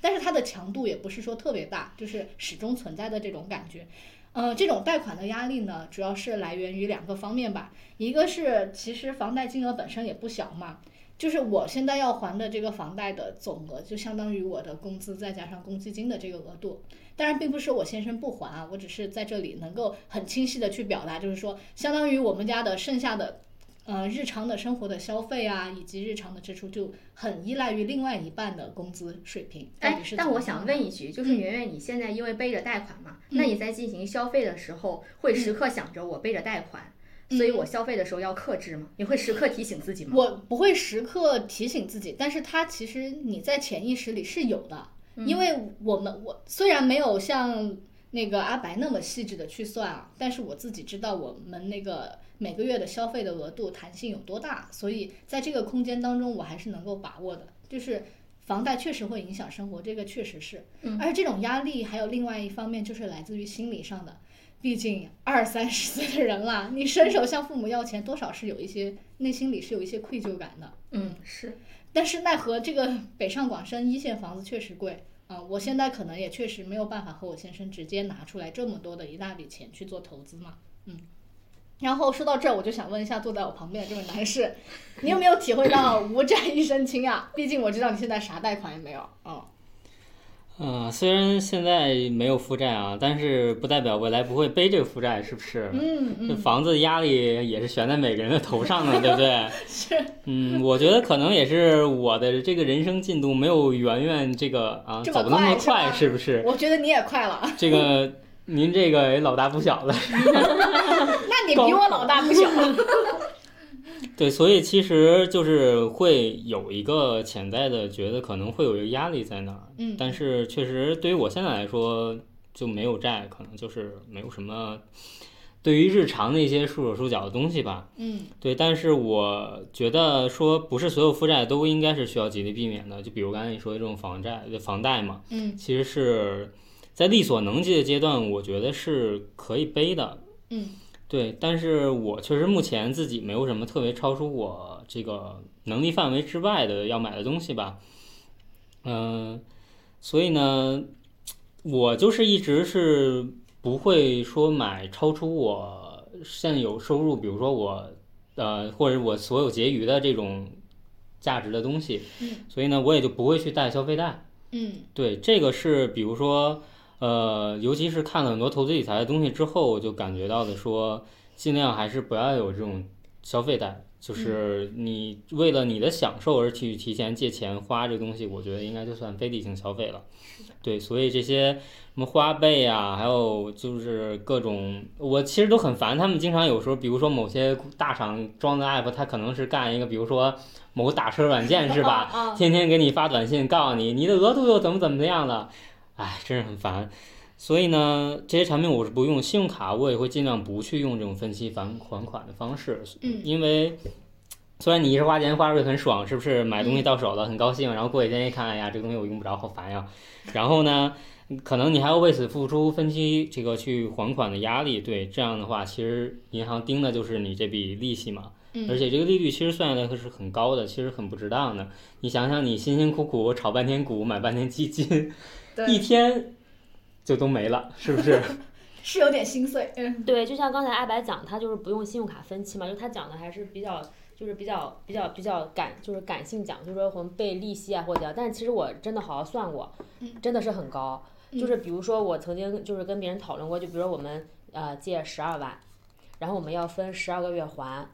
Speaker 2: 但是它的强度也不是说特别大，就是始终存在的这种感觉。呃，这种贷款的压力呢，主要是来源于两个方面吧，一个是其实房贷金额本身也不小嘛，就是我现在要还的这个房贷的总额就相当于我的工资再加上公积金的这个额度。当然，并不是我先生不还啊，我只是在这里能够很清晰的去表达，就是说，相当于我们家的剩下的。呃，日常的生活的消费啊，以及日常的支出，就很依赖于另外一半的工资水平。到
Speaker 1: 哎
Speaker 2: 底是，
Speaker 1: 但
Speaker 2: 怎
Speaker 1: 我
Speaker 2: 么样
Speaker 1: 想
Speaker 2: 的
Speaker 1: 问一句，就是圆圆，你现在因为背着贷款嘛，那
Speaker 2: 嗯
Speaker 1: 你在进行消费的时候，会时刻想着我背着贷款，所以我消费的时候要克制吗？你会时刻提醒自己吗？
Speaker 2: 嗯我不会时刻提醒自己，但是它其实你在潜意识里是有的，
Speaker 1: 嗯
Speaker 2: 因为我们我虽然没有像那个阿白那么细致的去算啊，但是我自己知道我们那个每个月的消费的额度弹性有多大，所以在这个空间当中我还是能够把握的，就是。房贷确实会影响生活，这个确实是。
Speaker 1: 嗯
Speaker 2: 而且这种压力还有另外一方面就是来自于心理上的，毕竟二三十岁的人啦，你伸手向父母要钱，多少是有一些内心里是有一些愧疚感的。
Speaker 1: 嗯，是，
Speaker 2: 但是奈何这个北上广深一线房子确实贵啊、我现在可能也确实没有办法和我先生直接拿出来这么多的一大笔钱去做投资嘛，嗯。然后说到这儿，我就想问一下坐在我旁边的这位男士， [LAUGHS] 你有没有体会到无债一身轻啊？毕竟我知道你现在啥贷款也没有，嗯，
Speaker 4: 嗯，虽然现在没有负债啊，但是不代表未来不会背这个负债，是不是？啊
Speaker 2: 嗯
Speaker 4: 这房子压力也是悬在每个人的头上
Speaker 2: [LAUGHS]
Speaker 4: 的，对不对？
Speaker 2: 是，
Speaker 4: 嗯，我觉得可能也是我的这个人生进度没有圆圆这个啊
Speaker 2: 这
Speaker 4: 走
Speaker 2: 么
Speaker 4: 的那么
Speaker 2: 快是吧
Speaker 4: 快，是不是？
Speaker 2: 我觉得你也快
Speaker 4: [LAUGHS]
Speaker 2: 了，
Speaker 4: 这个您这个也老大不小了，
Speaker 2: 那你比我老大不小，
Speaker 4: 对，所以其实就是会有一个潜在的觉得可能会有一个压力在那儿，
Speaker 2: 嗯，
Speaker 4: 但是确实对于我现在来说就没有债，可能就是没有什么对于日常的一些束手束脚的东西吧。
Speaker 2: 嗯
Speaker 4: 对，但是我觉得说不是所有负债都应该是需要极力避免的，就比如刚才你说的这种房债、房贷嘛，
Speaker 2: 嗯
Speaker 4: 其实是在力所能及的阶段，我觉得是可以背的。
Speaker 2: 嗯
Speaker 4: 对，但是我确实目前自己没有什么特别超出我这个能力范围之外的要买的东西吧，嗯、所以呢，我就是一直是不会说买超出我现有收入，比如说我呃或者我所有结余的这种价值的东西，
Speaker 2: 嗯
Speaker 4: 所以呢，我也就不会去贷消费贷。
Speaker 2: 嗯
Speaker 4: 对，这个是比如说，呃，尤其是看了很多投资理财的东西之后，我就感觉到的说，尽量还是不要有这种消费贷，就是你为了你的享受而去提前借钱花这东西，我觉得应该就算非理性消费了。对，所以这些什么花呗啊，还有就是各种，我其实都很烦。他们经常有时候，比如说某些大厂装的 app，它可能是干一个，比如说某个打车软件是吧？
Speaker 2: 啊
Speaker 4: 天天给你发短信告诉你你的额度又怎么怎么样了，哎，真是很烦。所以呢，这些产品我是不用，信用卡我也会尽量不去用这种分期返还款的方式，
Speaker 2: 嗯
Speaker 4: 因为虽然你一时花钱花出去很爽，是不是买东西到手了、很高兴，然后过几天一看，哎呀，这个东西我用不着，好烦呀。然后呢，可能你还要为此付出分期这个去还款的压力，对，这样的话，其实银行盯的就是你这笔利息嘛。
Speaker 2: 嗯，
Speaker 4: 而且这个利率其实算下来是很高的，其实很不值当的。你想想，你辛辛苦苦炒半天股，买半天基
Speaker 6: [LAUGHS]
Speaker 4: 金，
Speaker 1: 对，
Speaker 4: 一天就都没了，是不是？
Speaker 2: 是有点心碎，嗯
Speaker 6: 对，就像刚才阿白讲，他就是不用信用卡分期嘛，就他讲的还是比较。就是比较比较比较感，就是感性讲，就是说我们背利息啊或者怎样，但是其实我真的好好算过
Speaker 2: 嗯，
Speaker 6: 真的是很高。就是
Speaker 2: 嗯
Speaker 6: 比如说我曾经就是跟别人讨论过，就比如说我们呃借十二万，然后我们要分十二个月还，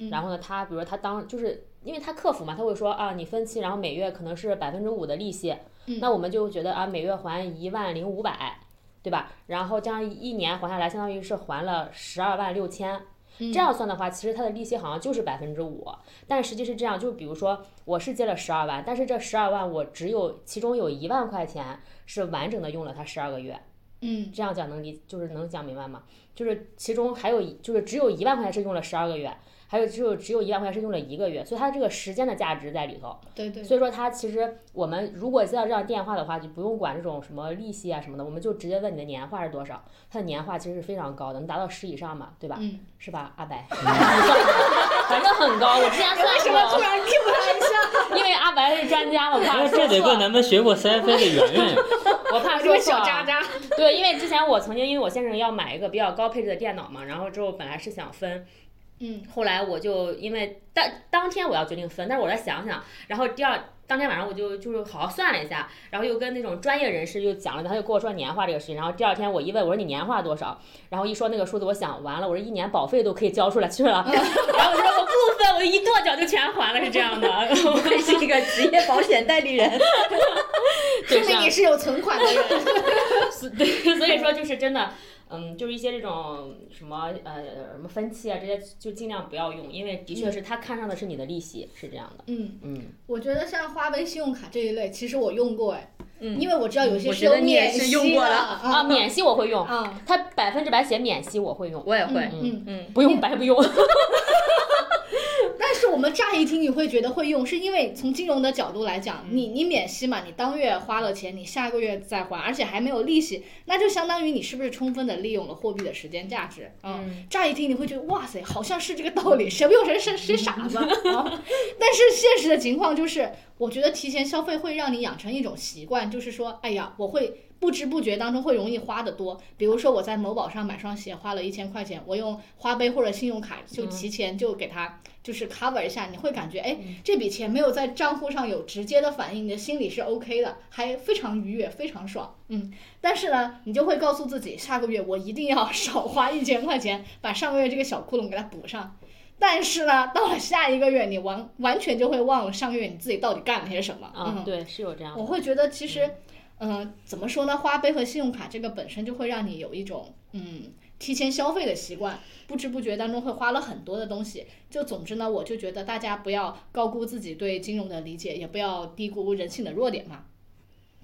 Speaker 2: 嗯
Speaker 6: 然后呢他比如说他当就是因为他客服嘛，他会说啊你分期，然后每月可能是百分之五的利息，
Speaker 2: 嗯
Speaker 6: 那我们就觉得啊每月还一万零五百，对吧？然后这样一年还下来，相当于是还了十二万六千。
Speaker 2: 嗯
Speaker 6: 这样算的话，其实它的利息好像就是百分之五，但实际是这样，就比如说我是借了十二万，但是这十二万我只有其中有一万块钱是完整的用了它十二个月，
Speaker 2: 嗯
Speaker 6: 这样讲能理就是能讲明白吗？就是其中还有一就是只有一万块钱是用了十二个月，还有只有只有一万块钱是用了一个月，所以它这个时间的价值在里头。
Speaker 2: 对对
Speaker 6: 所以说，它其实我们如果接到这样电话的话，就不用管这种什么利息啊什么的，我们就直接问你的年化是多少。它的年化其实是非常高的，能达到十以上嘛，对吧？
Speaker 2: 嗯。
Speaker 6: 是吧，阿
Speaker 4: [LAUGHS]
Speaker 6: 白？反正很高，我之前
Speaker 2: 为什么
Speaker 6: 算
Speaker 2: 突
Speaker 6: 过，
Speaker 2: 然 Q 他一下？
Speaker 6: 因为阿白是专家嘛，我怕
Speaker 4: 哎这
Speaker 6: 说
Speaker 4: 得
Speaker 6: 错
Speaker 4: 问，咱们学过 CFA 的圆
Speaker 6: [LAUGHS]
Speaker 4: 圆呀。
Speaker 6: 我怕
Speaker 2: 这
Speaker 6: 说
Speaker 2: 个
Speaker 6: 错
Speaker 2: 小渣
Speaker 6: 啊。
Speaker 2: 渣，
Speaker 6: [LAUGHS] 对，因为之前我曾经因为我先生要买一个比较高配置的电脑嘛，然后之后本来是想分，
Speaker 2: 嗯
Speaker 6: 后来我就因为当当天我要决定分，但是我再想想，然后第二当天晚上我就就是好好算了一下，然后又跟那种专业人士又讲了，他就跟我说年化这个事情，然后第二天我一问我说你年化多少，然后一说那个数字，我想完了，我说一年保费都可以交出来去了， [LAUGHS] 然后我说我不分，我一跺脚就全还了，是这
Speaker 1: [LAUGHS]
Speaker 6: 样的， [LAUGHS]
Speaker 1: 愧是一个职业保险代理人。
Speaker 2: 说
Speaker 6: 对
Speaker 2: 明
Speaker 6: 上
Speaker 2: 你是有存款的人。 [LAUGHS]
Speaker 6: 对， [LAUGHS] 所以说就是真的，嗯，就是一些这种什么呃什么分期啊这些，就尽量不要用，因为的确是他看上的是你的利息，是这样的。
Speaker 2: 嗯，
Speaker 6: 嗯，
Speaker 2: 我觉得像花呗、信用卡这一类，其实我用过哎，
Speaker 1: 嗯
Speaker 2: 因为我知道有些
Speaker 1: 我
Speaker 2: 是
Speaker 1: 觉得
Speaker 2: 有
Speaker 1: 你也
Speaker 2: 免
Speaker 1: 是
Speaker 2: 息
Speaker 1: 用过
Speaker 2: 的
Speaker 1: 了
Speaker 6: 啊，
Speaker 2: 啊
Speaker 6: 免息我会用，
Speaker 2: 啊，
Speaker 6: 他百分之百写免息我会用，
Speaker 1: [LAUGHS] 我也
Speaker 2: 嗯
Speaker 1: 会，
Speaker 2: 嗯，
Speaker 1: 嗯，
Speaker 6: 不用白不用。
Speaker 2: 但是我们乍一听你会觉得会用，是因为从金融的角度来讲，你你免息嘛，你当月花了钱，你下个月再还，而且还没有利息，那就相当于你是不是充分的利用了货币的时间价值？嗯，
Speaker 6: 嗯，
Speaker 2: 乍一听你会觉得哇塞，好像是这个道理，谁不用谁谁谁傻子啊！但是现实的情况就是，我觉得提前消费会让你养成一种习惯，就是说，哎呀，我会不知不觉当中会容易花得多。比如说我在某宝上买双鞋花了一千块钱，我用花呗或者信用卡就提前就给它就是 cover 一下，你会感觉哎，这笔钱没有在账户上有直接的反应，你的心里是 OK 的，还非常愉悦，非常爽，嗯。但是呢，你就会告诉自己，下个月我一定要 [LAUGHS] 少花一千块钱，把上个月这个小窟窿给它补上。但是呢，到了下一个月，你完完全就会忘了上个月你自己到底干了些什么。
Speaker 6: 啊，
Speaker 2: 嗯，
Speaker 6: 对，是有这样
Speaker 2: 我
Speaker 6: 的，嗯
Speaker 2: 会觉得其实，呃，怎么说呢？花呗和信用卡这个本身就会让你有一种嗯提前消费的习惯，不知不觉当中会花了很多的东西。就总之呢，我就觉得大家不要高估自己对金融的理解，也不要低估人性的弱点嘛。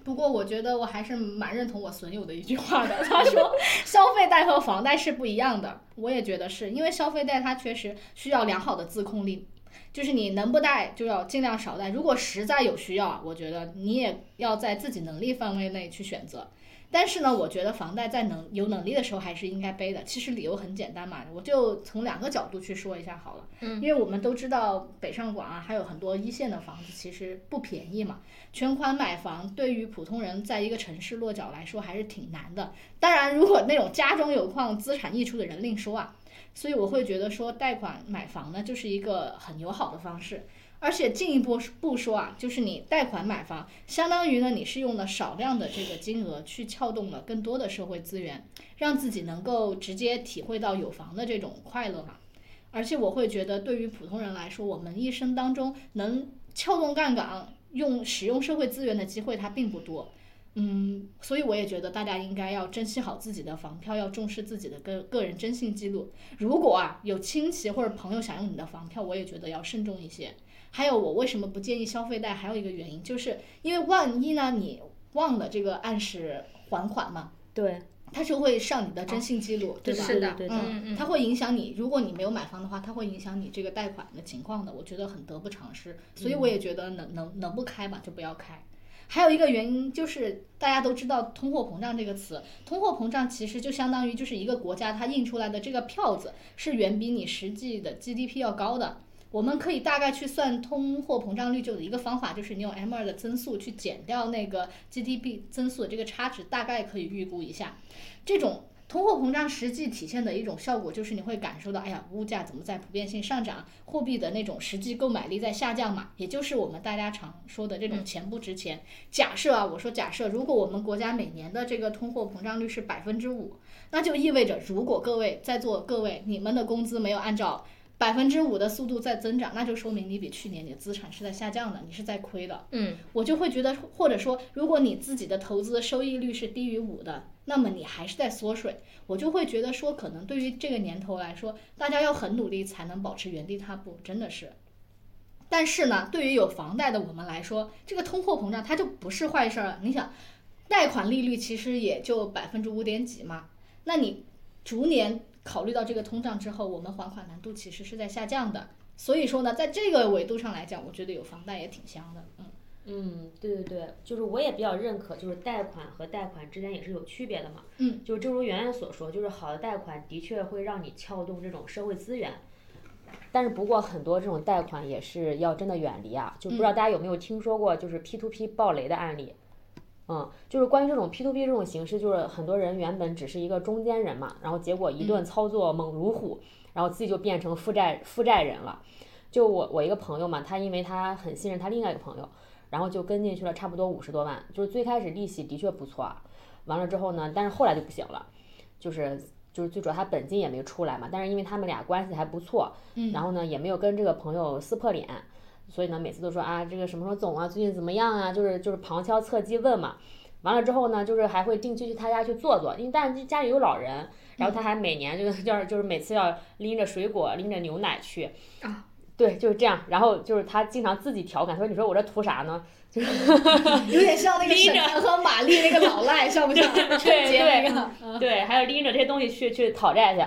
Speaker 2: 不过我觉得我还是蛮认同我损友的一句话的，他
Speaker 6: [LAUGHS]
Speaker 2: 说消费贷和房贷是不一样的，我也觉得是因为消费贷它确实需要良好的自控力，就是你能不贷就要尽量少贷，如果实在有需要啊，我觉得你也要在自己能力范围内去选择。但是呢，我觉得房贷在能有能力的时候还是应该背的。其实理由很简单嘛，我就从两个角度去说一下好了。
Speaker 5: 嗯
Speaker 2: 因为我们都知道北上广啊，还有很多一线的房子其实不便宜嘛。全款买房对于普通人在一个城市落脚来说还是挺难的。当然，如果那种家中有矿、资产溢出的人另说啊。所以我会觉得说，贷款买房呢，就是一个很友好的方式。而且进一步不说啊，就是你贷款买房，相当于呢你是用了少量的这个金额去撬动了更多的社会资源，让自己能够直接体会到有房的这种快乐嘛。而且我会觉得，对于普通人来说，我们一生当中能撬动杠杆、用使用社会资源的机会它并不多。嗯，所以我也觉得大家应该要珍惜好自己的房票，要重视自己的个个人征信记录。如果啊有亲戚或者朋友想用你的房票，我也觉得要慎重一些。还有我为什么不建议消费贷，还有一个原因就是因为万一呢你忘了这个按时还款嘛，
Speaker 5: 对，
Speaker 2: 它是会上你的征信记录，对吧？
Speaker 5: 是的，对的。
Speaker 1: 嗯嗯
Speaker 2: 它会影响你。如果你没有买房的话，它会影响你这个贷款的情况的。我觉得很得不偿失，所以我
Speaker 5: 嗯
Speaker 2: 也觉得能、能能不开嘛就不要开。还有一个原因就是大家都知道通货膨胀这个词，通货膨胀其实就相当于就是一个国家它印出来的这个票子是远比你实际的 GDP 要高的。我们可以大概去算通货膨胀率，就有一个方法，就是你用 M 二的增速去减掉那个 GDP 增速的这个差值，大概可以预估一下。这种通货膨胀实际体现的一种效果，就是你会感受到，哎呀，物价怎么在普遍性上涨，货币的那种实际购买力在下降嘛，也就是我们大家常说的这种钱不值钱。假设啊，我说假设，如果我们国家每年的这个通货膨胀率是百分之五，那就意味着如果各位在座各位你们的工资没有按照百分之五的速度在增长，那就说明你比去年你的资产是在下降的，你是在亏的。
Speaker 1: 嗯，
Speaker 2: 我就会觉得，或者说，如果你自己的投资收益率是低于五的，那么你还是在缩水。我就会觉得说，可能对于这个年头来说，大家要很努力才能保持原地踏步，真的是。但是呢，对于有房贷的我们来说，这个通货膨胀它就不是坏事儿了。你想，贷款利率其实也就百分之五点几嘛，那你逐年考虑到这个通胀之后，我们还款难度其实是在下降的。所以说呢，在这个维度上来讲，我觉得有房贷也挺香的。嗯，
Speaker 6: 嗯，对对对，就是我也比较认可，就是贷款和贷款之间也是有区别的嘛。
Speaker 2: 嗯，
Speaker 6: 就正如圆圆所说，就是好的贷款的确会让你撬动这种社会资源，但是不过很多这种贷款也是要真的远离啊，就不知道大家有没有听说过就是 P to P 暴雷的案例。嗯，就是关于这种 P to P 这种形式，就是很多人原本只是一个中间人嘛，然后结果一顿操作猛如虎，然后自己就变成负债负债人了。就我我一个朋友嘛，他因为他很信任他另外一个朋友，然后就跟进去了差不多五十多万，就是最开始利息的确不错啊，完了之后呢，但是后来就不行了，就是就是最主要他本金也没出来嘛，但是因为他们俩关系还不错，
Speaker 2: 嗯
Speaker 6: 然后呢也没有跟这个朋友撕破脸，所以呢每次都说啊这个什么时候走啊，最近怎么样啊，就是就是旁敲侧击问嘛。完了之后呢，就是还会定期去他家去坐坐，因为但是家里有老人，然后他还每年就是要就是每次要拎着水果、拎着牛奶去
Speaker 2: 啊，
Speaker 6: 对，就是这样。然后就是他经常自己调侃，他说：“你说我这图啥呢？”
Speaker 2: [LAUGHS] 有点像那个沈腾和马丽那个老赖，像不像？春节那个。
Speaker 6: 对，还有拎着这些东西去去讨债去。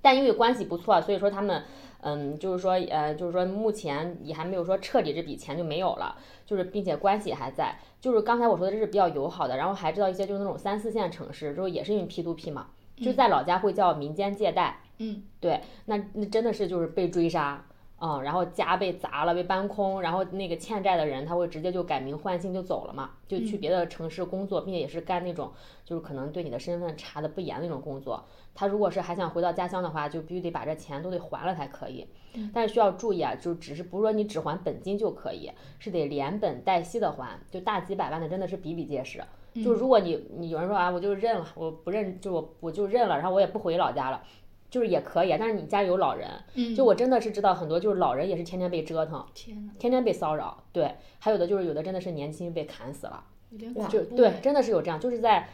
Speaker 6: 但因为关系不错，所以说他们嗯，就是说呃，就是说目前也还没有说彻底这笔钱就没有了，就是并且关系还在。就是刚才我说的这是比较友好的，然后还知道一些就是那种三四线城市，就是也是因为 P to P 嘛，就在老家会叫民间借贷，
Speaker 2: 嗯，
Speaker 6: 对，那那真的是就是被追杀。啊、然后家被砸了，被搬空，然后那个欠债的人他会直接就改名换姓就走了嘛，就去
Speaker 2: 嗯
Speaker 6: 别的城市工作，并且也是干那种就是可能对你的身份查的不严的那种工作。他如果是还想回到家乡的话，就必须得把这钱都得还了才可以。
Speaker 2: 嗯
Speaker 6: 但是需要注意啊，就只是不是说你只还本金就可以，是得连本带息的还，就大几百万的真的是比比皆是。
Speaker 2: 嗯
Speaker 6: 就如果你你有人说啊，我就认了，我不认，就我我就认了，然后我也不回老家了，就是也可以啊。但是你家里有老人，
Speaker 2: 嗯
Speaker 6: 就我真的是知道很多就是老人也是天天被折腾，
Speaker 2: 天哪，
Speaker 6: 天天被骚扰，对，还有的就是有的真的是年轻被砍死了，
Speaker 2: 有点
Speaker 1: 哇
Speaker 2: 恐
Speaker 6: 就
Speaker 2: 怖
Speaker 6: 对
Speaker 2: 哎，
Speaker 6: 真的是有这样，就是在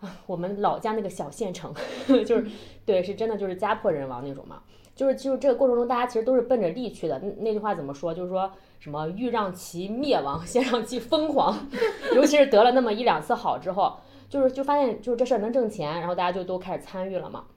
Speaker 6: 啊我们老家那个小县城， [LAUGHS] 就是对，是真的就是家破人亡那种嘛。就是就是这个过程中，大家其实都是奔着利去的。那那句话怎么说？就是说什么欲让其灭亡，先让其疯狂。 [LAUGHS] 尤其是得了那么一两次好之后，就是就发现就是这事儿能挣钱，然后大家就都开始参与了嘛。
Speaker 2: 嗯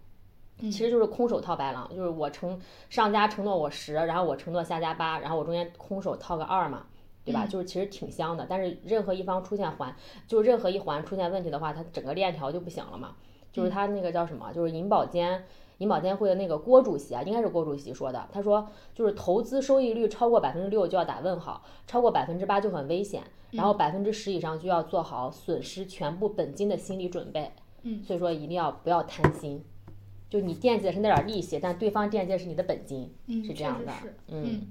Speaker 6: 其实就是空手套白狼，就是我承上家承诺我十，然后我承诺下家八，然后我中间空手套个二嘛，对吧？
Speaker 2: 嗯
Speaker 6: 就是其实挺香的，但是任何一方出现还，就任何一环出现问题的话，它整个链条就不行了嘛。就是
Speaker 2: 嗯
Speaker 6: 他那个叫什么，就是银保监。银保监会的那个郭主席啊，应该是郭主席说的。他说，就是投资收益率超过百分之六就要打问号，超过百分之八就很危险，
Speaker 2: 嗯
Speaker 6: 然后百分之十以上就要做好损失全部本金的心理准备。
Speaker 2: 嗯
Speaker 6: 所以说一定要不要贪心，就你惦记的是那点儿利息，但对方惦记的是你的本金，
Speaker 2: 嗯
Speaker 6: 是这
Speaker 2: 确
Speaker 6: 样
Speaker 2: 实
Speaker 6: 的
Speaker 2: 是。
Speaker 6: 嗯，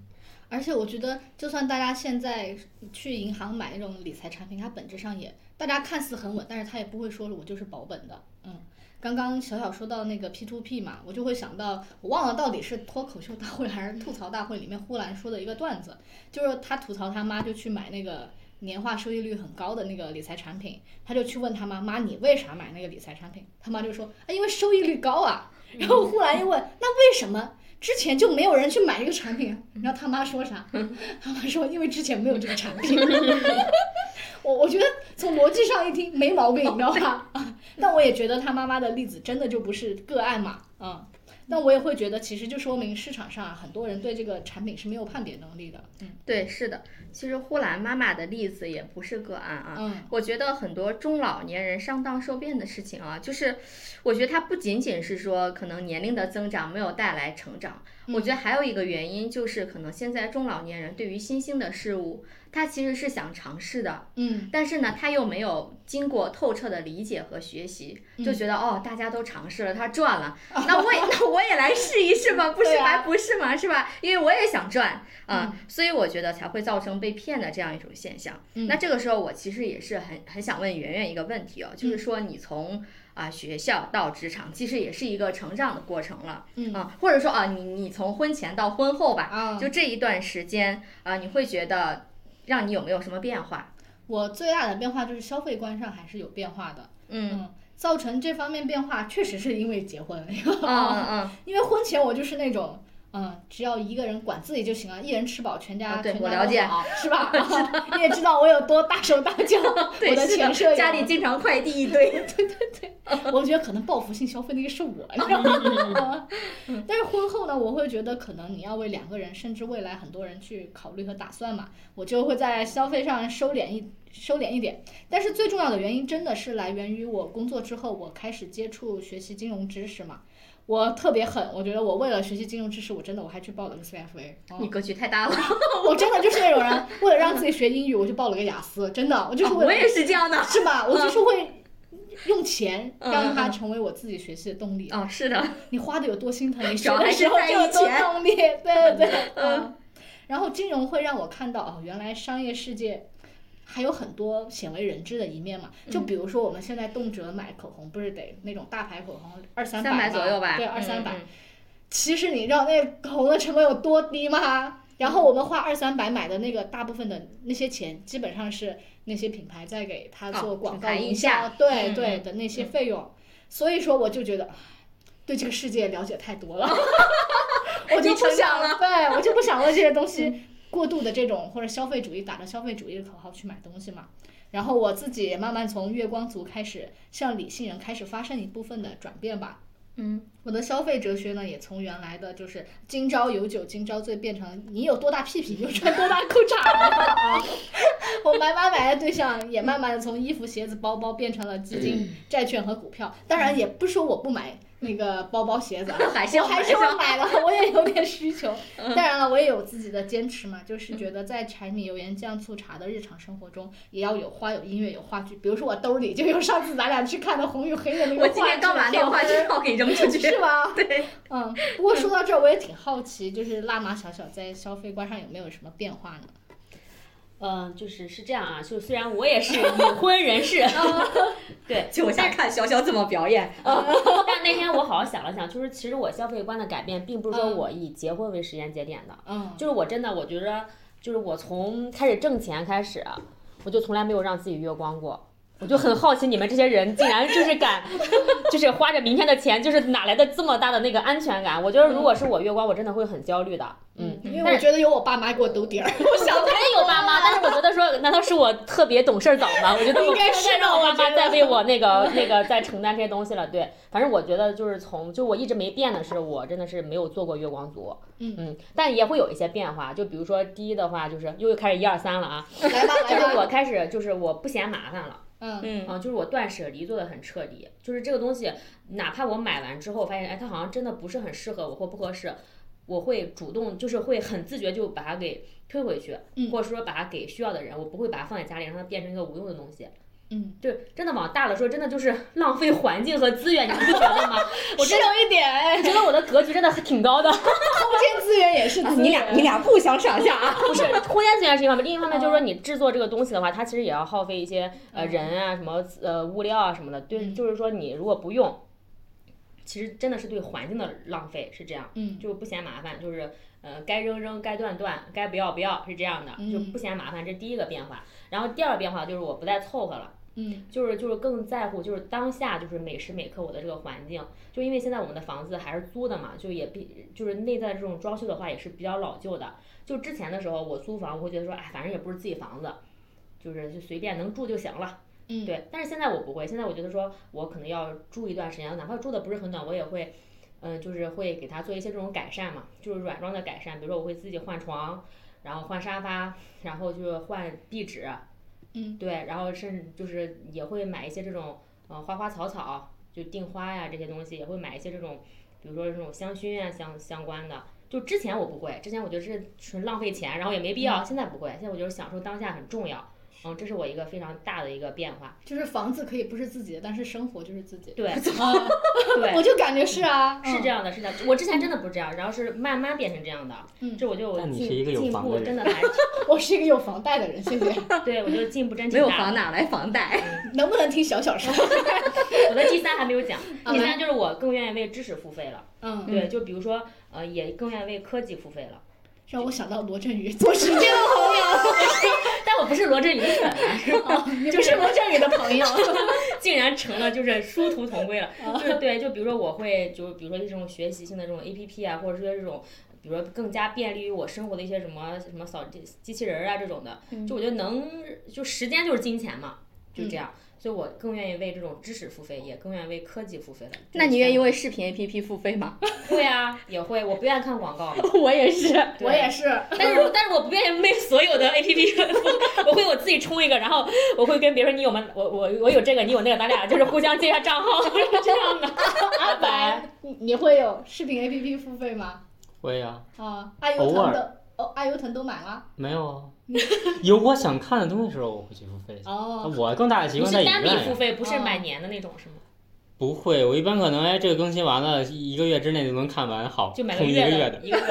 Speaker 2: 而且我觉得，就算大家现在去银行买那种理财产品，它本质上也，大家看似很稳，但是它也不会说我就是保本的。嗯，刚刚小小说到那个 P to P 嘛，我就会想到，我忘了到底是脱口秀大会还是吐槽大会里面呼兰说的一个段子，就是他吐槽他妈就去买那个年化收益率很高的那个理财产品，他就去问他妈妈你为啥买那个理财产品？他妈就说啊因为收益率高啊。
Speaker 6: 嗯
Speaker 2: 然后呼兰又问那为什么？之前就没有人去买这个产品啊，你知道他妈说啥？他妈说因为之前没有这个产品。 [LAUGHS] 我我觉得从逻辑上一听没毛病，你知道吧？ [LAUGHS] 啊但我也觉得他妈妈的例子真的就不是个案嘛，啊、但我也会觉得其实就说明市场上啊很多人对这个产品是没有判别能力的，嗯
Speaker 1: 对，是的，其实呼兰妈妈的例子也不是个案啊。
Speaker 2: 嗯
Speaker 1: 我觉得很多中老年人上当受骗的事情啊，就是我觉得它不仅仅是说可能年龄的增长没有带来成长，我觉得还有一个原因就是可能现在中老年人对于新兴的事物，他其实是想尝试的，
Speaker 2: 嗯
Speaker 1: 但是呢，他又没有经过透彻的理解和学习，
Speaker 2: 嗯
Speaker 1: 就觉得哦，大家都尝试了，他赚
Speaker 2: [LAUGHS]
Speaker 1: 了，那我也 [LAUGHS] 那我也来试一试吧，不是
Speaker 2: 对啊
Speaker 1: 白不是嘛，是吧？因为我也想赚啊，所以我觉得才会造成被骗的这样一种现象。
Speaker 2: 嗯
Speaker 1: 那这个时候，我其实也是很很想问圆圆一个问题哦，
Speaker 2: 嗯
Speaker 1: 就是说你从啊、学校到职场，其实也是一个成长的过程了，
Speaker 2: 嗯
Speaker 1: 啊，或者说啊，你你从婚前到婚后吧，
Speaker 2: 啊，
Speaker 1: 就这一段时间啊，你会觉得让你有没有什么变化？
Speaker 2: 我最大的变化就是消费观上还是有变化的，
Speaker 1: 嗯
Speaker 2: 嗯，造成这方面变化确实是因为结婚，
Speaker 1: 嗯嗯嗯，
Speaker 2: 因为婚前我就是那种，嗯，只要一个人管自己就行了，一人吃饱全家、
Speaker 1: 啊对
Speaker 2: 全
Speaker 1: 我
Speaker 2: 家
Speaker 1: 了
Speaker 2: 都
Speaker 1: 解
Speaker 2: 好，是吧？啊你也知道我有多大手大脚，
Speaker 1: [LAUGHS] 嗯对，
Speaker 2: 我的
Speaker 1: 是
Speaker 2: 前舍友
Speaker 1: 家里经常快递一堆。 [LAUGHS]
Speaker 2: 我觉得可能报复性消费那个是我，你知道
Speaker 1: [LAUGHS]
Speaker 2: 吗？嗯但是婚后呢，我会觉得可能你要为两个人，甚至未来很多人去考虑和打算嘛，我就会在消费上收敛一收敛一点。但是最重要的原因真的是来源于我工作之后，我开始接触学习金融知识嘛。我特别狠，我觉得我为了学习金融知识，我真的我还去报了个 CFA、哦。
Speaker 1: 你格局太大了，
Speaker 2: 我真的就是那种人，为了让自己学英语，我就报了个雅思，真 [LAUGHS] 的，我就是为了、
Speaker 1: 哦我也是这样的。
Speaker 2: [LAUGHS] 是吧？我就是会用钱
Speaker 1: 嗯
Speaker 2: 让它成为我自己学习的动力。
Speaker 1: 哦，是的，
Speaker 2: 你花的有多
Speaker 1: [LAUGHS]
Speaker 2: 心疼，你学
Speaker 1: 主要还
Speaker 2: 的
Speaker 1: 是
Speaker 2: 时候
Speaker 1: 在
Speaker 2: 就有
Speaker 1: 意
Speaker 2: 多
Speaker 1: 钱
Speaker 2: 动力。对对对，嗯。然后金融会让我看到哦，原来商业世界。还有很多鲜为人知的一面嘛，
Speaker 1: 嗯
Speaker 2: 就比如说我们现在动辄买口红，不是得那种大牌口红二三
Speaker 1: 三
Speaker 2: 百
Speaker 1: 百
Speaker 2: 嘛
Speaker 1: 左右吧，
Speaker 2: 对，二三百
Speaker 1: 嗯。。嗯
Speaker 2: 其实你知道那口红的成本有多低吗？然后我们花二三百买的那个大部分的那些钱，基本上是那些品牌在给他做
Speaker 1: 哦
Speaker 2: 啊广
Speaker 1: 品
Speaker 2: 告
Speaker 1: 牌
Speaker 2: 营
Speaker 1: 营
Speaker 2: 销，
Speaker 1: 销
Speaker 2: 对
Speaker 1: 嗯
Speaker 2: 对
Speaker 1: 嗯
Speaker 2: 的那些费用。所以说，我就觉得唉对这个世界了解太多 [LAUGHS] 了，我就
Speaker 1: 你
Speaker 2: 不
Speaker 1: 成
Speaker 2: 想
Speaker 1: 长
Speaker 2: 嗯
Speaker 1: 了，
Speaker 2: 对我就不想为这些东西过度的这种或者消费主义打着消费主义的口号去买东西嘛。然后我自己也慢慢从月光族开始向理性人开始发生一部分的转变吧。嗯，我的消费哲学呢，也从原来的就是今朝有酒今朝醉，变成你有多大屁屁你就穿多大裤衩了啊！ [LAUGHS] 我买买买的对象也慢慢的从衣服、鞋子、包包变成了基
Speaker 7: 嗯
Speaker 2: 金、债券和股票。当然，也不说我不买那个包包、
Speaker 7: [LAUGHS]
Speaker 2: 鞋子啊，
Speaker 1: 嗯
Speaker 7: 还是
Speaker 2: 我还是会买的，我也有点
Speaker 7: [LAUGHS]
Speaker 2: 需求。
Speaker 7: 嗯
Speaker 2: 当然了，我也有自己的坚持嘛，就是觉得在柴米油盐酱醋茶的日常生活中，也要有花、有音乐、有话剧。比如说我兜里就有上次咱俩去看的《红与黑》的那
Speaker 7: 我
Speaker 2: 个话剧。
Speaker 7: 今天刚把那个话剧票给扔出去，
Speaker 2: [LAUGHS]
Speaker 1: [LAUGHS]
Speaker 2: 是吧？
Speaker 7: 对，
Speaker 2: 嗯，不过说到这儿，我也挺好奇，就是辣妈小小在消费观上有没有什么变化呢？
Speaker 7: 嗯，就是是这样啊，就虽然我也是已婚人士，对，
Speaker 1: 就我在看小小怎么表演。
Speaker 7: 但
Speaker 6: 但那天我好好想了想，就是其实我消费观的改变，并不是说我以结婚为时间节点的，
Speaker 2: 嗯，
Speaker 6: 就是我真的我觉得，就是我从开始挣钱开始，啊我就从来没有让自己月光过。我就很好奇你们这些人竟然就是敢，就是花着明天的钱，就是哪来的这么大的那个安全感？我觉得如果是我月光，我真的会很焦虑的。嗯，
Speaker 2: 因为我觉得有我爸妈给我兜底儿，我想
Speaker 6: 我 [LAUGHS] 也哎有爸
Speaker 2: [LAUGHS]
Speaker 6: 妈，但是我觉得说，难道是我特别懂事儿早吗？我觉得我
Speaker 2: 应该是
Speaker 6: 该让我爸
Speaker 2: 我觉
Speaker 6: 妈
Speaker 2: 得
Speaker 6: 在为我那个 [LAUGHS] 那个在承担这些东西了。对，反正我觉得就是从就我一直没变的是，我真的是没有做过月光族。
Speaker 2: 嗯
Speaker 6: 但也会有一些变化，就比如说第一的话，就是又开始一二三了啊，
Speaker 2: 来吧
Speaker 6: 就
Speaker 2: 来
Speaker 6: 是
Speaker 2: 吧，
Speaker 6: 我开始就是我不嫌麻烦了。
Speaker 2: 嗯
Speaker 7: 嗯
Speaker 6: 啊，就是我断舍离做的很彻底，就是这个东西，哪怕我买完之后发现，哎，它好像真的不是很适合我或不合适，我会主动就是会很自觉就把它给退回去，
Speaker 2: 嗯
Speaker 6: 或者说把它给需要的人，我不会把它放在家里，让它变成一个无用的东西。
Speaker 2: 嗯，
Speaker 6: 对，真的往大了说，真的就是浪费环境和资源，你们不觉得吗？ [LAUGHS] 我
Speaker 2: 是
Speaker 6: 真的
Speaker 2: 有一点哎
Speaker 6: 我觉得我的格局真的挺高的，
Speaker 2: 空间资源也是
Speaker 6: 啊
Speaker 2: 资源，
Speaker 1: 你俩你俩不相上下啊！
Speaker 6: 不是
Speaker 2: [LAUGHS]
Speaker 6: 空间资源是一方面，另一方面
Speaker 2: 嗯
Speaker 6: 就是说你制作这个东西的话，它其实也要耗费一些呃人啊、什么呃物料啊什么的，对，
Speaker 2: 嗯
Speaker 6: 就是说你如果不用，其实真的是对环境的浪费，是这样，
Speaker 2: 嗯
Speaker 6: 就是不嫌麻烦，就是呃该扔扔，该断断，该不要不要，是这样的，就
Speaker 2: 嗯
Speaker 6: 不嫌麻烦，这是第一个变化。然后第二个变化就是我不再凑合了。
Speaker 2: 嗯
Speaker 6: 就是就是更在乎就是当下就是每时每刻我的这个环境，就因为现在我们的房子还是租的嘛，就也比就是内在这种装修的话也是比较老旧的。就之前的时候我租房，我会觉得说，哎，反正也不是自己房子，就是就随便能住就行了。
Speaker 2: 嗯，，
Speaker 6: 对，但是现在我不会，现在我觉得说我可能要住一段时间，哪怕住的不是很短，我也会。嗯，就是会给它做一些这种改善嘛，就是软装的改善，比如说我会自己换床，然后换沙发，然后就是换壁纸，
Speaker 2: 嗯
Speaker 6: 对，然后甚至就是也会买一些这种呃花花草草，就订花呀这些东西，也会买一些这种，比如说这种香薰啊相相关的。就之前我不会，之前我觉得这纯浪费钱，然后也没必
Speaker 2: 嗯
Speaker 6: 要。现在不会，现在我觉得享受当下很重要。嗯，这是我一个非常大的一个变化。
Speaker 2: 就是房子可以不是自己的，但是生活就是自己 [LAUGHS] 的，
Speaker 6: 对
Speaker 2: 啊，
Speaker 6: 对，嗯
Speaker 2: 我就感觉是啊，
Speaker 6: 是这
Speaker 2: 样，
Speaker 6: 样的，是这样的。我之前真的不是这样，然后是慢慢变成这样的。
Speaker 2: 嗯
Speaker 6: 这我觉得我
Speaker 4: 但你
Speaker 6: 进
Speaker 4: 是一个有
Speaker 6: 进
Speaker 4: 房
Speaker 6: 步
Speaker 4: 的
Speaker 6: 真的还挺，
Speaker 2: 我是一个有房贷的人，谢谢，
Speaker 6: 对我觉得进步
Speaker 1: [LAUGHS]
Speaker 6: 真
Speaker 1: 没
Speaker 6: 挺
Speaker 1: 有
Speaker 6: 大
Speaker 1: 房
Speaker 6: 的。
Speaker 1: 哪来房
Speaker 2: [LAUGHS]
Speaker 1: 贷？
Speaker 2: 能不能听小小
Speaker 6: [LAUGHS]
Speaker 2: 说？
Speaker 6: 我的第三还没有讲，
Speaker 2: 啊
Speaker 6: 第三就是我更愿意为知识付费了。
Speaker 2: 嗯，
Speaker 6: 对，就比如说呃，也更愿意为科技付费了。
Speaker 2: 让我想到罗振宇做时间的朋
Speaker 6: 但我不是罗振宇的粉
Speaker 2: [LAUGHS]
Speaker 6: 啊，是吧
Speaker 2: 友，哦你不是罗振宇的朋友，
Speaker 6: [LAUGHS]
Speaker 2: 哦
Speaker 6: 竟然成了就是殊途同归了。就是对，就比如说我会，就比如说这种学习性的这种 A P P 啊，或者说这种。比如说更加便利于我生活的一些什么什么扫地机器人儿啊这种的，
Speaker 2: 嗯
Speaker 6: 就我觉得能就时间就是金钱嘛，就这样，所以我更愿意为这种知识付费，也更愿意为科技付费了。
Speaker 1: 那你愿意为视频 APP 付费吗？
Speaker 6: 会啊，也会，我不愿意看广告嘛，
Speaker 1: 我也是。
Speaker 6: [LAUGHS] 对
Speaker 2: [LAUGHS] 我也
Speaker 6: [LAUGHS]
Speaker 2: 是，
Speaker 6: 但是但是我不愿意为所有的 A P P，我会我自己充一个，然后我会跟别人说你有吗？我我我有这个，你有那个，咱俩就是互相借一下账号，是这样的。阿白，
Speaker 2: 你你会有视频 APP 付费吗？
Speaker 4: 会啊，
Speaker 2: 啊，爱优腾
Speaker 4: 偶尔
Speaker 2: 的哦，爱优腾都买了
Speaker 4: 没有啊，
Speaker 6: 嗯
Speaker 4: 有我想看的东西的时候我会去付费。啊
Speaker 2: 哦，
Speaker 4: 我更大的习
Speaker 6: 你
Speaker 4: 惯在
Speaker 6: 是
Speaker 4: 影
Speaker 6: 单笔
Speaker 4: 院
Speaker 6: 付
Speaker 4: 呀，
Speaker 6: 费，不是买年的那种是吗？
Speaker 4: 不会，我一般可能哎这个更新完了一个月之内就能看完，好，
Speaker 6: 就买
Speaker 4: 充一个
Speaker 6: 月
Speaker 4: 月
Speaker 6: 的
Speaker 4: 的，
Speaker 6: 一个月。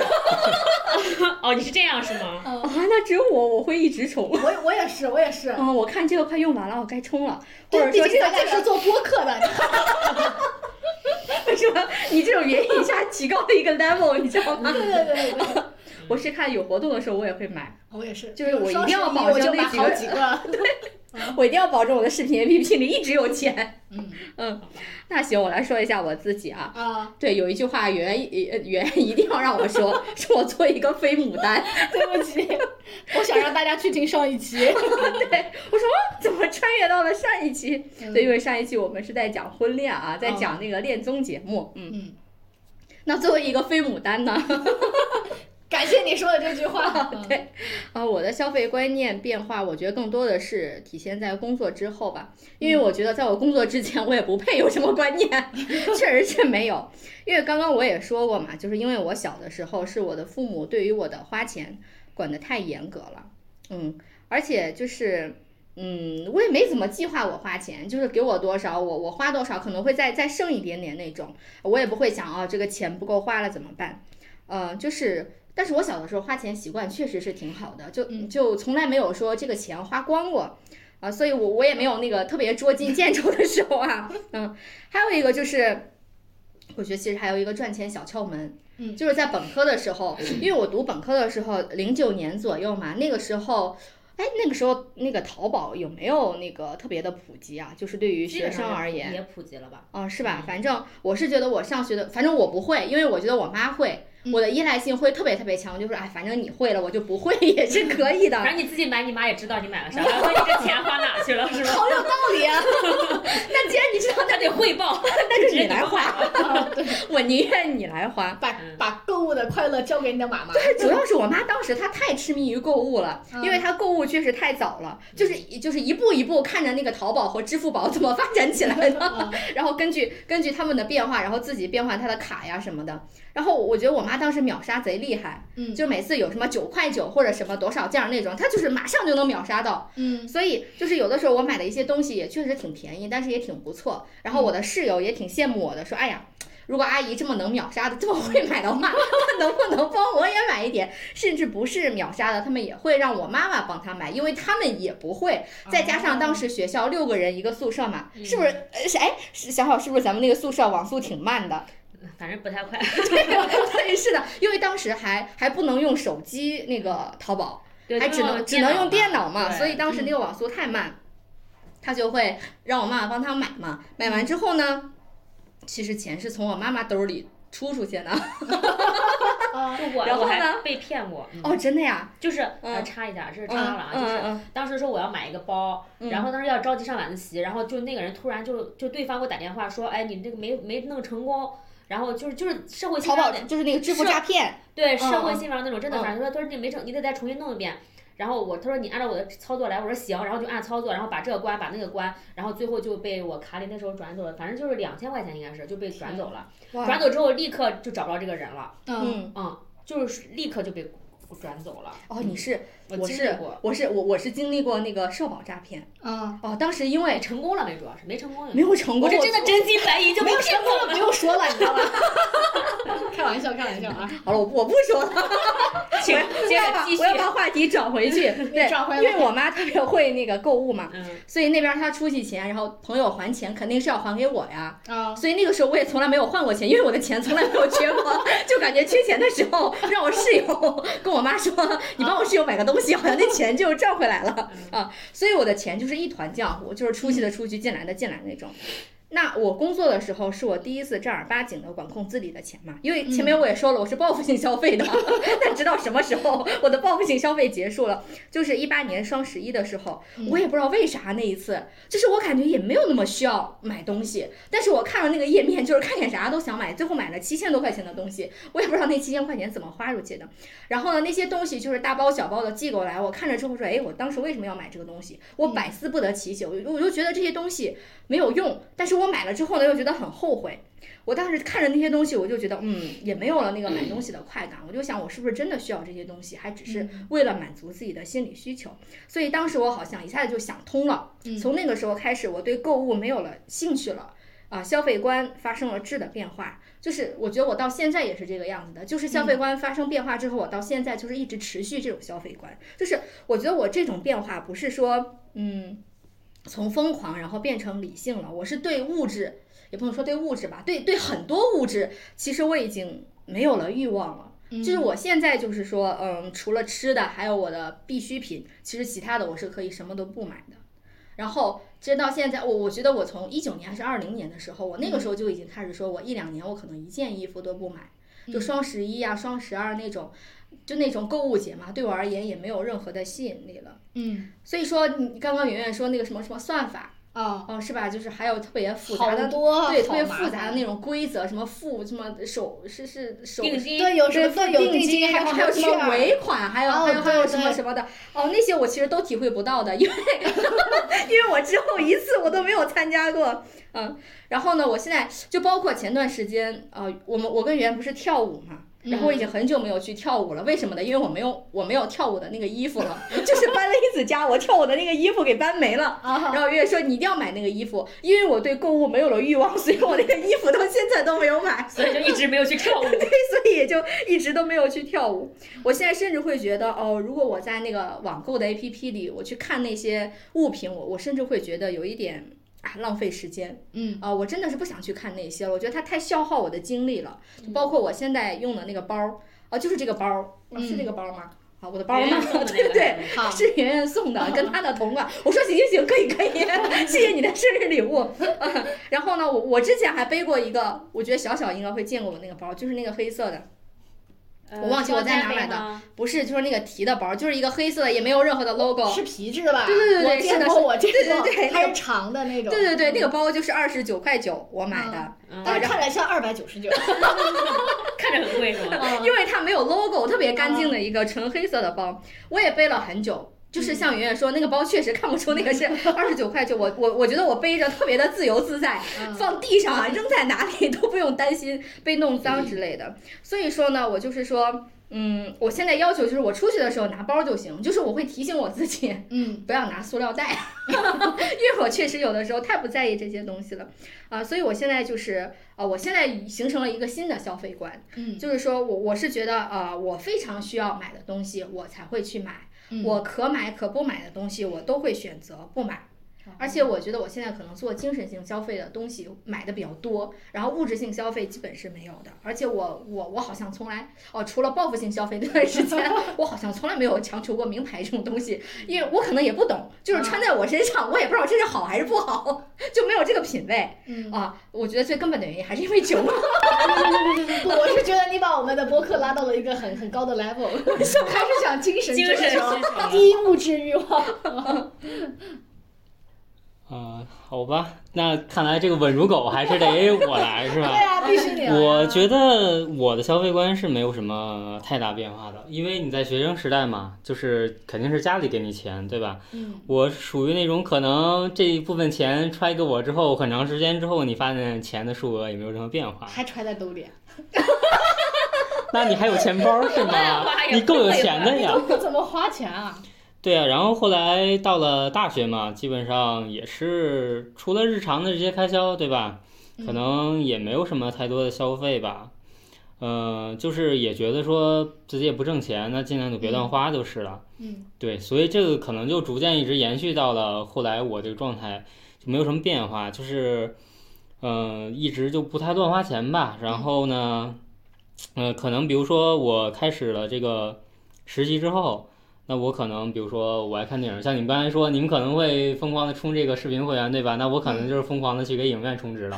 Speaker 6: 哦，你是这样是吗？
Speaker 1: 啊，那只有我，我会一直充。
Speaker 2: 我我也是，我也是，
Speaker 1: [LAUGHS] 嗯，我看这个快用完了，我该充了。或
Speaker 2: 对，
Speaker 1: 者
Speaker 2: 毕
Speaker 1: 说
Speaker 2: 竟
Speaker 1: 这
Speaker 2: 咱
Speaker 1: 个
Speaker 2: 俩是做播客的， [LAUGHS]
Speaker 1: [LAUGHS] 为什么你这种原因一下提高了一个 level，你知道吗？
Speaker 2: 对对对对 [LAUGHS] 对，
Speaker 1: 我是看有活动的时候我也会买，
Speaker 2: 我也是，
Speaker 1: 就是我一定要
Speaker 2: 双十
Speaker 1: 保
Speaker 2: 我
Speaker 1: 证
Speaker 2: 就买
Speaker 1: 那几
Speaker 2: 好 [LAUGHS]
Speaker 1: 个
Speaker 2: 几个，
Speaker 1: 我一定要保证我的视频 APP 里一直有钱。
Speaker 2: 嗯
Speaker 1: 嗯，那行，我来说一下我自己啊。
Speaker 2: 啊，
Speaker 1: 对，有一句话圆呃圆一定要让我说，是我做一个飞牡丹。
Speaker 2: [LAUGHS] 对不起，我想让大家去听上一期。
Speaker 1: 怎么穿越到了上一期？
Speaker 2: [LAUGHS] 嗯
Speaker 1: 对，因为上一期我们是在讲婚恋啊，在讲那个恋综节目。嗯，
Speaker 2: 嗯，
Speaker 1: 那作为一个飞牡丹呢，
Speaker 2: 感谢你说的这句 [LAUGHS] 话。嗯
Speaker 1: 对啊，我的消费观念变化，我觉得更多的是体现在工作之后吧，因为我觉得在我工作之前，我也不配有什么观念，确实是没有。因为刚刚我也说过嘛，就是因为我小的时候是我的父母对于我的花钱管得太严格了，嗯，而且就是。嗯，我也没怎么计划我花钱，就是给我多少，我我花多少，可能会再再剩一点点那种，我也不会想哦，这个钱不够花了怎么办？呃，就是但是我小的时候花钱习惯确实是挺好的，就
Speaker 2: 嗯
Speaker 1: 就从来没有说这个钱花光过。啊，所以我我也没有那个特别捉襟见肘的时候啊，嗯，还有一个就是，我觉得其实还有一个赚钱小窍门，
Speaker 2: 嗯
Speaker 1: 就是在本科的时候，因为我读本科的时候，零九年左右嘛，那个时候，哎，那个时候那个淘宝有没有那个特别的普及啊？就是对于
Speaker 6: 基
Speaker 1: 学
Speaker 6: 本
Speaker 1: 生
Speaker 6: 上
Speaker 1: 而
Speaker 6: 也
Speaker 1: 言，
Speaker 6: 也普及了吧？
Speaker 1: 哦，是吧
Speaker 6: 嗯？
Speaker 1: 反正我是觉得我上学的，反正我不会，因为我觉得我妈会，
Speaker 2: 嗯
Speaker 1: 我的依赖性会特别特别强，就是哎，反正你会了，我就不会也是可以的。
Speaker 6: 反正你自己买，你妈也知道你买了啥，然后你这钱花哪去了，是吧？
Speaker 1: 好有道理啊！那既然你知道，
Speaker 6: 她得汇报，
Speaker 1: 那就
Speaker 6: 直接
Speaker 1: 你来花， [LAUGHS]
Speaker 2: 啊对，
Speaker 1: 我宁愿你来花。
Speaker 2: 把
Speaker 6: 嗯
Speaker 2: 把购物的快乐交给你的妈妈。
Speaker 1: 但主要是我妈当时她太痴迷于购物了，
Speaker 2: 嗯
Speaker 1: 因为她购物确实太早了，就是
Speaker 6: 嗯
Speaker 1: 就是一步一步看着那个淘宝和支付宝怎么发展起来
Speaker 6: 嗯
Speaker 1: 的。
Speaker 2: 啊
Speaker 1: 然后根据根据他们的变化，然后自己变换他的卡呀什么的。然后我我觉得我妈当时秒杀贼厉害，
Speaker 2: 嗯
Speaker 1: 就每次有什么九块九或者什么多少件儿那种，她就是马上就能秒杀到。
Speaker 2: 嗯
Speaker 1: 所以就是有的时候我买的一些东西也确实挺便宜，但是也挺不错。然后我的室友也挺羡慕我的，说哎呀。如果阿姨这么能秒杀的，这么会买的话， [LAUGHS] 那能不能帮我也买一点？甚至不是秒杀的，他们也会让我妈妈帮她买，因为他们也不会。再加上当时学校六个人一个宿舍嘛，
Speaker 6: 嗯
Speaker 1: 是不是？呃是哎，是小小是不是咱们那个宿舍网速挺慢的？ [LAUGHS]
Speaker 6: 反正不太快。
Speaker 1: 对，是的，因为当时还还不能用手机那个淘宝，
Speaker 6: 对，
Speaker 1: 还
Speaker 6: 就
Speaker 1: 只能只能用电
Speaker 6: 脑
Speaker 1: 脑嘛，
Speaker 6: 对嗯
Speaker 1: 所以当时那个网速太慢，他就会让我妈妈帮他买嘛。买完之后呢，其实钱是从我妈妈兜里出出去的。
Speaker 6: 嗯嘛。
Speaker 2: 啊
Speaker 6: 就我
Speaker 1: 然后
Speaker 6: 我还
Speaker 1: 呢
Speaker 6: 被骗过，嗯
Speaker 1: 哦，真的呀？
Speaker 6: 就是呃
Speaker 1: 嗯
Speaker 6: 插一下，这是
Speaker 1: 嗯
Speaker 6: 插了啊，
Speaker 1: 嗯
Speaker 6: 就是
Speaker 1: 嗯
Speaker 6: 当时说我要买一个包，
Speaker 1: 嗯
Speaker 6: 然后当时要着急上晚自习，然后就那个人突然就就对方给我打电话说，哎，你这个没没弄成功，然后就是就是社会
Speaker 1: 嗯，
Speaker 6: 新
Speaker 1: 淘
Speaker 6: 闻
Speaker 1: 宝
Speaker 6: 的
Speaker 1: 就是那个支付
Speaker 6: 是
Speaker 1: 诈骗。
Speaker 6: 对
Speaker 1: 嗯
Speaker 6: 社会
Speaker 1: 嗯
Speaker 6: 新闻上那种真的，
Speaker 1: 嗯
Speaker 6: 反正他说你没整，你得再重新弄一遍。然后我他说你按照我的操作来，我说行，然后就按操作，然后把这个关，把那个关，然后最后就被我卡里那时候转走了，反正就是两千块钱应该是就被转走了。转
Speaker 1: 哇，
Speaker 6: 走之后立刻就找不着这个人了，
Speaker 2: 嗯
Speaker 1: 嗯，
Speaker 6: 嗯，就是立刻就被转走了。
Speaker 1: 哦，你是
Speaker 6: 我
Speaker 1: 我
Speaker 6: 经历
Speaker 1: 是
Speaker 6: 过，
Speaker 1: 我是我我是经历过那个社保诈骗。
Speaker 2: 啊，
Speaker 1: 哦，当时因为
Speaker 6: 哎成功了没？主要是没成功。
Speaker 1: 没有成
Speaker 6: 嗯我
Speaker 1: 功，
Speaker 6: 是真的真心白银就被骗过
Speaker 1: 不
Speaker 6: 了。 [LAUGHS]
Speaker 1: 用说了，你知道吧？
Speaker 2: 开玩笑，开玩笑啊。
Speaker 1: 好了，我我不说了，
Speaker 6: 请
Speaker 1: [LAUGHS]
Speaker 6: 接
Speaker 1: 我要
Speaker 6: 着
Speaker 1: 把
Speaker 6: 继续
Speaker 1: 我。要把话题转回
Speaker 6: [LAUGHS]
Speaker 1: 去。对，
Speaker 2: 转回来
Speaker 1: 因为我妈特别会那个购物嘛，
Speaker 6: 嗯，
Speaker 1: 所以那边她出去钱，然后朋友还钱，肯定是要还给我呀。
Speaker 2: 啊，
Speaker 1: 所以那个时候我也从来没有换过钱，因为我的钱从来没有缺过， [LAUGHS] 就感觉缺钱的时候让我室友跟我妈说：“你帮我室友买个东西，好像那钱就赚回来了啊。”所以我的钱就是一团浆糊，就是出去的出去，进来的进来那种。那我工作的时候是我第一次正儿八经的管控自己的钱嘛，因为前面我也说了我是报复性消费的，但直到什么时候我的报复性消费结束了，就是一八年双十一的时候，我也不知道为啥那一次，就是我感觉也没有那么需要买东西，但是我看了那个页面，就是看见啥都想买，最后买了七千多块钱的东西，我也不知道那七千块钱怎么花出去的。然后呢，那些东西就是大包小包的寄过来，我看着之后说，哎，我当时为什么要买这个东西？我百思不得其解，我就我就觉得这些东西没有用，但是我买了之后呢，又觉得很后悔。我当时看着那些东西，我就觉得，嗯，也没有了那个买东西的快感。我就想，我是不是真的需要这些东西，还只是为了满足自己的心理需求？所以当时我好像一下子就想通了
Speaker 2: 嗯。
Speaker 1: 从那个时候开始，我对购物没有了兴趣了，啊，消费观发生了质的变化。就是我觉得我到现在也是这个样子的，就是消费观发生变化之后，我到现在就是一直持续这种消费观。就是我觉得我这种变化不是说，嗯，从疯狂然后变成理性了，我是对物质。也不能说对物质吧，对对很多物质，其实我已经没有了欲望了。
Speaker 2: 嗯
Speaker 1: 就是我现在就是说，嗯，除了吃的，还有我的必需品，其实其他的我是可以什么都不买的。然后其实到现在，我我觉得我从一九年还是二零年的时候，我那
Speaker 2: 嗯
Speaker 1: 个时候就已经开始说，我一两年我可能一件衣服都不买，
Speaker 2: 嗯
Speaker 1: 就双十一啊、双十二那种，就那种购物节嘛，对我而言也没有任何的吸引力了。
Speaker 2: 嗯
Speaker 1: 所以说，你刚刚圆圆说那个什么什么算法，
Speaker 2: 啊，
Speaker 1: 哦，是吧？就是还有特别复杂
Speaker 2: 好
Speaker 1: 的
Speaker 2: 多啊
Speaker 1: 对，特
Speaker 2: 好
Speaker 1: 别
Speaker 2: 麻
Speaker 1: 复杂
Speaker 2: 烦
Speaker 1: 的那种规则，什么付什么手是是手
Speaker 6: 定金
Speaker 2: 对，有什
Speaker 1: 对
Speaker 2: 么
Speaker 1: 付
Speaker 2: 对有
Speaker 1: 定
Speaker 2: 金，
Speaker 1: 还有
Speaker 2: 有
Speaker 1: 还有什
Speaker 2: 券
Speaker 1: 么
Speaker 2: 儿
Speaker 1: 尾款，还有
Speaker 2: 哦
Speaker 1: 还有还有
Speaker 2: 对
Speaker 1: 什么
Speaker 2: 对
Speaker 1: 什么的哦，那些我其实都体会不到的，
Speaker 2: [LAUGHS]
Speaker 1: 因为因为我之后一次我都没有参加过，嗯，然后呢，我现在就包括前段时间，呃，我们我跟圆圆不是跳舞嘛。然后我已经
Speaker 2: 嗯
Speaker 1: 很久没有去跳舞了，为什么呢？因为我没有我没有跳舞的那个衣服了， [LAUGHS] 就是搬了一次家，我跳舞的那个衣服给搬没了。
Speaker 2: 啊，
Speaker 1: 然后月月说你一定要买那个衣服，因为我对购物没有了欲望，所以我那个衣服到现在都没有买，
Speaker 6: 所以就一直没有去跳舞。
Speaker 1: [LAUGHS] 所以也就一直都没有去跳舞。我现在甚至会觉得，哦，如果我在那个网购的 APP 里，我去看那些物品，我我甚至会觉得有一点。啊，浪费时间
Speaker 2: 嗯
Speaker 1: 啊、我真的是不想去看那些了，我觉得它太消耗我的精力了。就包括我现在用的那个包儿，啊、就是这个包儿、啊是这个包儿吗？啊，我的包儿
Speaker 6: 别
Speaker 1: 吗 [LAUGHS]
Speaker 6: 人？送的那
Speaker 1: 对
Speaker 6: 个
Speaker 1: 对，
Speaker 2: 好，
Speaker 1: 是圆圆送的，跟他的同款。我说行行行，可以 [LAUGHS] 可以，谢谢你的生日礼物。 [LAUGHS] 啊然后呢，我我之前还背过一个，我觉得小小应该会见过我那个包，就是那个黑色的，
Speaker 6: 呃
Speaker 1: 我忘记我在哪买的
Speaker 6: 肖战呗吗
Speaker 1: 不是，就是那个提的包，就是一个黑色的，也没有任何的 logo。
Speaker 2: 是皮质吧？
Speaker 1: 对对对对
Speaker 2: 我
Speaker 1: 是的
Speaker 2: 见
Speaker 1: 是
Speaker 2: 过，我见
Speaker 1: 对对
Speaker 2: 过，
Speaker 1: 对那
Speaker 2: 它
Speaker 1: 个
Speaker 2: 是长的那种，
Speaker 1: 对对对，那个包就是二十九块九我买的，
Speaker 6: 嗯
Speaker 2: 但
Speaker 1: 啊
Speaker 2: 是看起来像二百九十
Speaker 1: [LAUGHS]
Speaker 2: 九，
Speaker 6: 看着很贵是吗？
Speaker 2: 嗯
Speaker 1: 因为它没有 logo，特别干净的一个纯黑色的包，
Speaker 2: 嗯
Speaker 1: 我也背了很久。就是像圆圆说，那个包确实看不出那个是 [LAUGHS] 二十九块九，我我我觉得我背着特别的自由自在，
Speaker 2: 嗯
Speaker 1: 放地上啊，扔在哪里都不用担心被弄脏之类的。所以说呢，我就是说，嗯，我现在要求就是我出去的时候拿包就行，就是我会提醒我自己
Speaker 2: 嗯
Speaker 1: 不要拿塑料袋， [LAUGHS] 因为我确实有的时候太不在意这些东西了啊。所以我现在就是啊，我现在形成了一个新的消费观，
Speaker 2: 嗯，
Speaker 1: 就是说我我是觉得啊，我非常需要买的东西我才会去买，
Speaker 2: 嗯
Speaker 1: 我可买可不买的东西我都会选择不买。而且我觉得我现在可能做精神性消费的东西买的比较多，然后物质性消费基本是没有的。而且我我我好像从来哦，除了报复性消费那段时间， [LAUGHS] 我好像从来没有强求过名牌这种东西，因为我可能也不懂，就是穿在我身上，我也不知道这是好还是不好， [LAUGHS] 就没有这个品味
Speaker 2: 嗯，
Speaker 1: 啊。我觉得最根本的原因还是因为久了，
Speaker 2: 我是觉得你把我们的播客拉到了一个很很高的 level，
Speaker 1: 还是想精神
Speaker 6: 精
Speaker 1: 追
Speaker 6: 神
Speaker 1: 求
Speaker 6: 失常了。
Speaker 2: 低物质欲望，
Speaker 4: 嗯，好吧，那看来这个稳如狗还是得我来是
Speaker 2: 对
Speaker 4: 吧？
Speaker 2: 啊，必须你来啊。
Speaker 4: 我觉得我的消费观是没有什么太大变化的，因为你在学生时代嘛，就是肯定是家里给你钱，对吧？
Speaker 2: 嗯
Speaker 4: 我属于那种可能这一部分钱揣给我之后，很长时间之后，你发现钱的数额也没有什么
Speaker 2: [LAUGHS]
Speaker 4: 变化。
Speaker 2: 还揣在兜里，啊
Speaker 4: 那你还有钱包是
Speaker 2: 哎
Speaker 4: 吗
Speaker 6: 花？哎呀
Speaker 4: 你够有钱的呀
Speaker 2: 都。不怎么花钱啊。
Speaker 4: 对啊，然后后来到了大学嘛，基本上也是除了日常的这些开销，对吧？可能也没有什么太多的消费吧。呃，就是也觉得说自己也不挣钱，那尽量就别乱花就是了。
Speaker 2: 嗯
Speaker 4: 对，所以这个可能就逐渐一直延续到了后来，我这个状态就没有什么变化，就是，呃，一直就不太乱花钱吧。然后呢，呃，可能比如说我开始了这个实习之后，那我可能比如说我爱看电影，像你们刚才说，你们可能会疯狂的充这个视频会员，对吧？那我可能就是疯狂的去给影院充值了。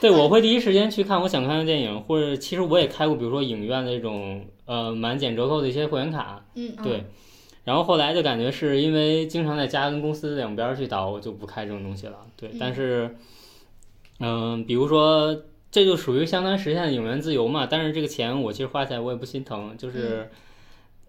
Speaker 4: 对，我会第一时间去看我想看的电影，或者其实我也开过，比如说影院的这种呃满减折扣的一些会员卡，
Speaker 2: 嗯
Speaker 1: 嗯
Speaker 4: 对，然后后来就感觉是因为经常在家跟公司两边儿去倒，我就不开这种东西了。对，但是，嗯、比如说这就属于相当于实现了影院自由嘛。但是这个钱我其实花起来我也不心疼，就是，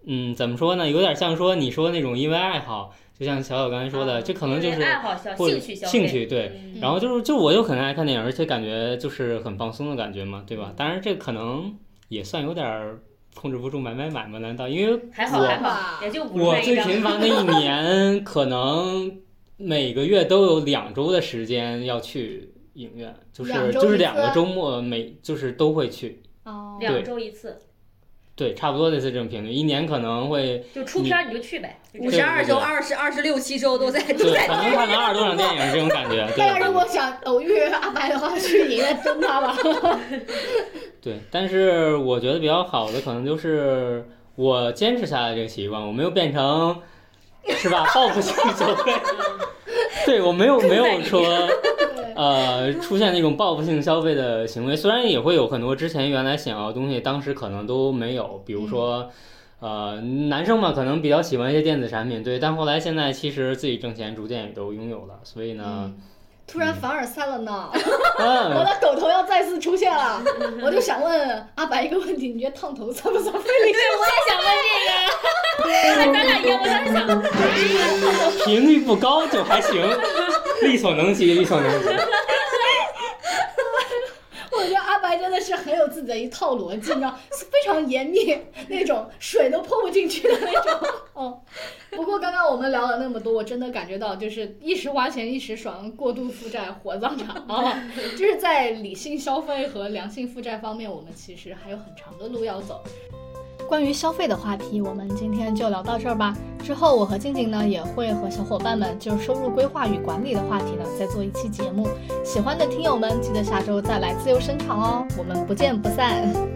Speaker 4: 嗯怎么说呢，有点像说你说那种因为爱好，就像小小刚才说的，这可能就
Speaker 6: 啊因为
Speaker 4: 是
Speaker 6: 爱好消
Speaker 4: 或者
Speaker 6: 兴趣消费。
Speaker 4: 兴趣对。
Speaker 6: 嗯
Speaker 4: 然后就是，就我又很爱看电影，而且感觉就是很放松的感觉嘛，对
Speaker 6: 嗯
Speaker 4: 吧？当然这可能也算有点儿控制不住买买买嘛，难道因为
Speaker 6: 还好
Speaker 4: 我
Speaker 6: 还好，也就五
Speaker 4: 我
Speaker 6: 十
Speaker 4: 最
Speaker 6: 一张。
Speaker 4: 频繁的一年，可能每个月都有两周的时间要去影
Speaker 2: [LAUGHS]
Speaker 4: 院，就是
Speaker 2: 两周
Speaker 4: 就是
Speaker 2: 一
Speaker 4: 两个
Speaker 2: 次啊
Speaker 4: 周末每就是都会去，
Speaker 2: 哦，
Speaker 6: 两周一次，
Speaker 4: 对，差不多类似这种频率，一年可
Speaker 2: [LAUGHS]
Speaker 4: 能会
Speaker 6: 就出片儿你就去呗。就
Speaker 1: 五
Speaker 6: 这
Speaker 1: 十
Speaker 6: 样
Speaker 1: 二周、二十二十六七周都在都
Speaker 4: 对，
Speaker 1: 在
Speaker 4: 可能看了二十多场电影这种感
Speaker 2: [LAUGHS]
Speaker 4: 觉，对
Speaker 2: 啊大家如果想偶遇阿白的话，去影院蹲他吧。 [LAUGHS]
Speaker 4: 对。但是我觉得比较好的可能就是我坚持下来这个习惯，我没有变成是吧报复性消费。 [LAUGHS] 对我没有没
Speaker 6: 在
Speaker 4: 有
Speaker 6: 你
Speaker 4: 说
Speaker 2: 对
Speaker 4: 呃出现那种报复性消费的行为，虽然也会有很多之前原来想要的东西，当时可能都没有，比如说。呃，男生嘛，可能比较喜欢一些电子产品，对，但后来现在其实自己挣钱，逐渐也都拥有了，所以呢，
Speaker 2: 突然凡尔赛了呢，
Speaker 4: 嗯，
Speaker 2: 我的狗头要再次出现了，我就想问阿白一个问题，你觉得烫头算不算非礼？
Speaker 6: 对，我也想问这个，咱俩一样，我当时想，
Speaker 4: 频率不高就还行，力所能及，力所能及。
Speaker 2: 我觉得阿白真的是很有自己的一套逻辑，你知道， [LAUGHS] 是非常严密那种，水都泼不进去的那种。 [LAUGHS] 哦，不过刚刚我们聊了那么多，我真的感觉到就是一时花钱一时爽，过度负债火葬场 [LAUGHS] 啊！就是在理性消费和良性负债方面，我们其实还有很长的路要走。关于消费的话题，我们今天就聊到这儿吧。之后我和静静呢也会和小伙伴们就收入规划与管理的话题呢再做一期节目。喜欢的听友们，记得下周再来自由声场哦，我们不见不散。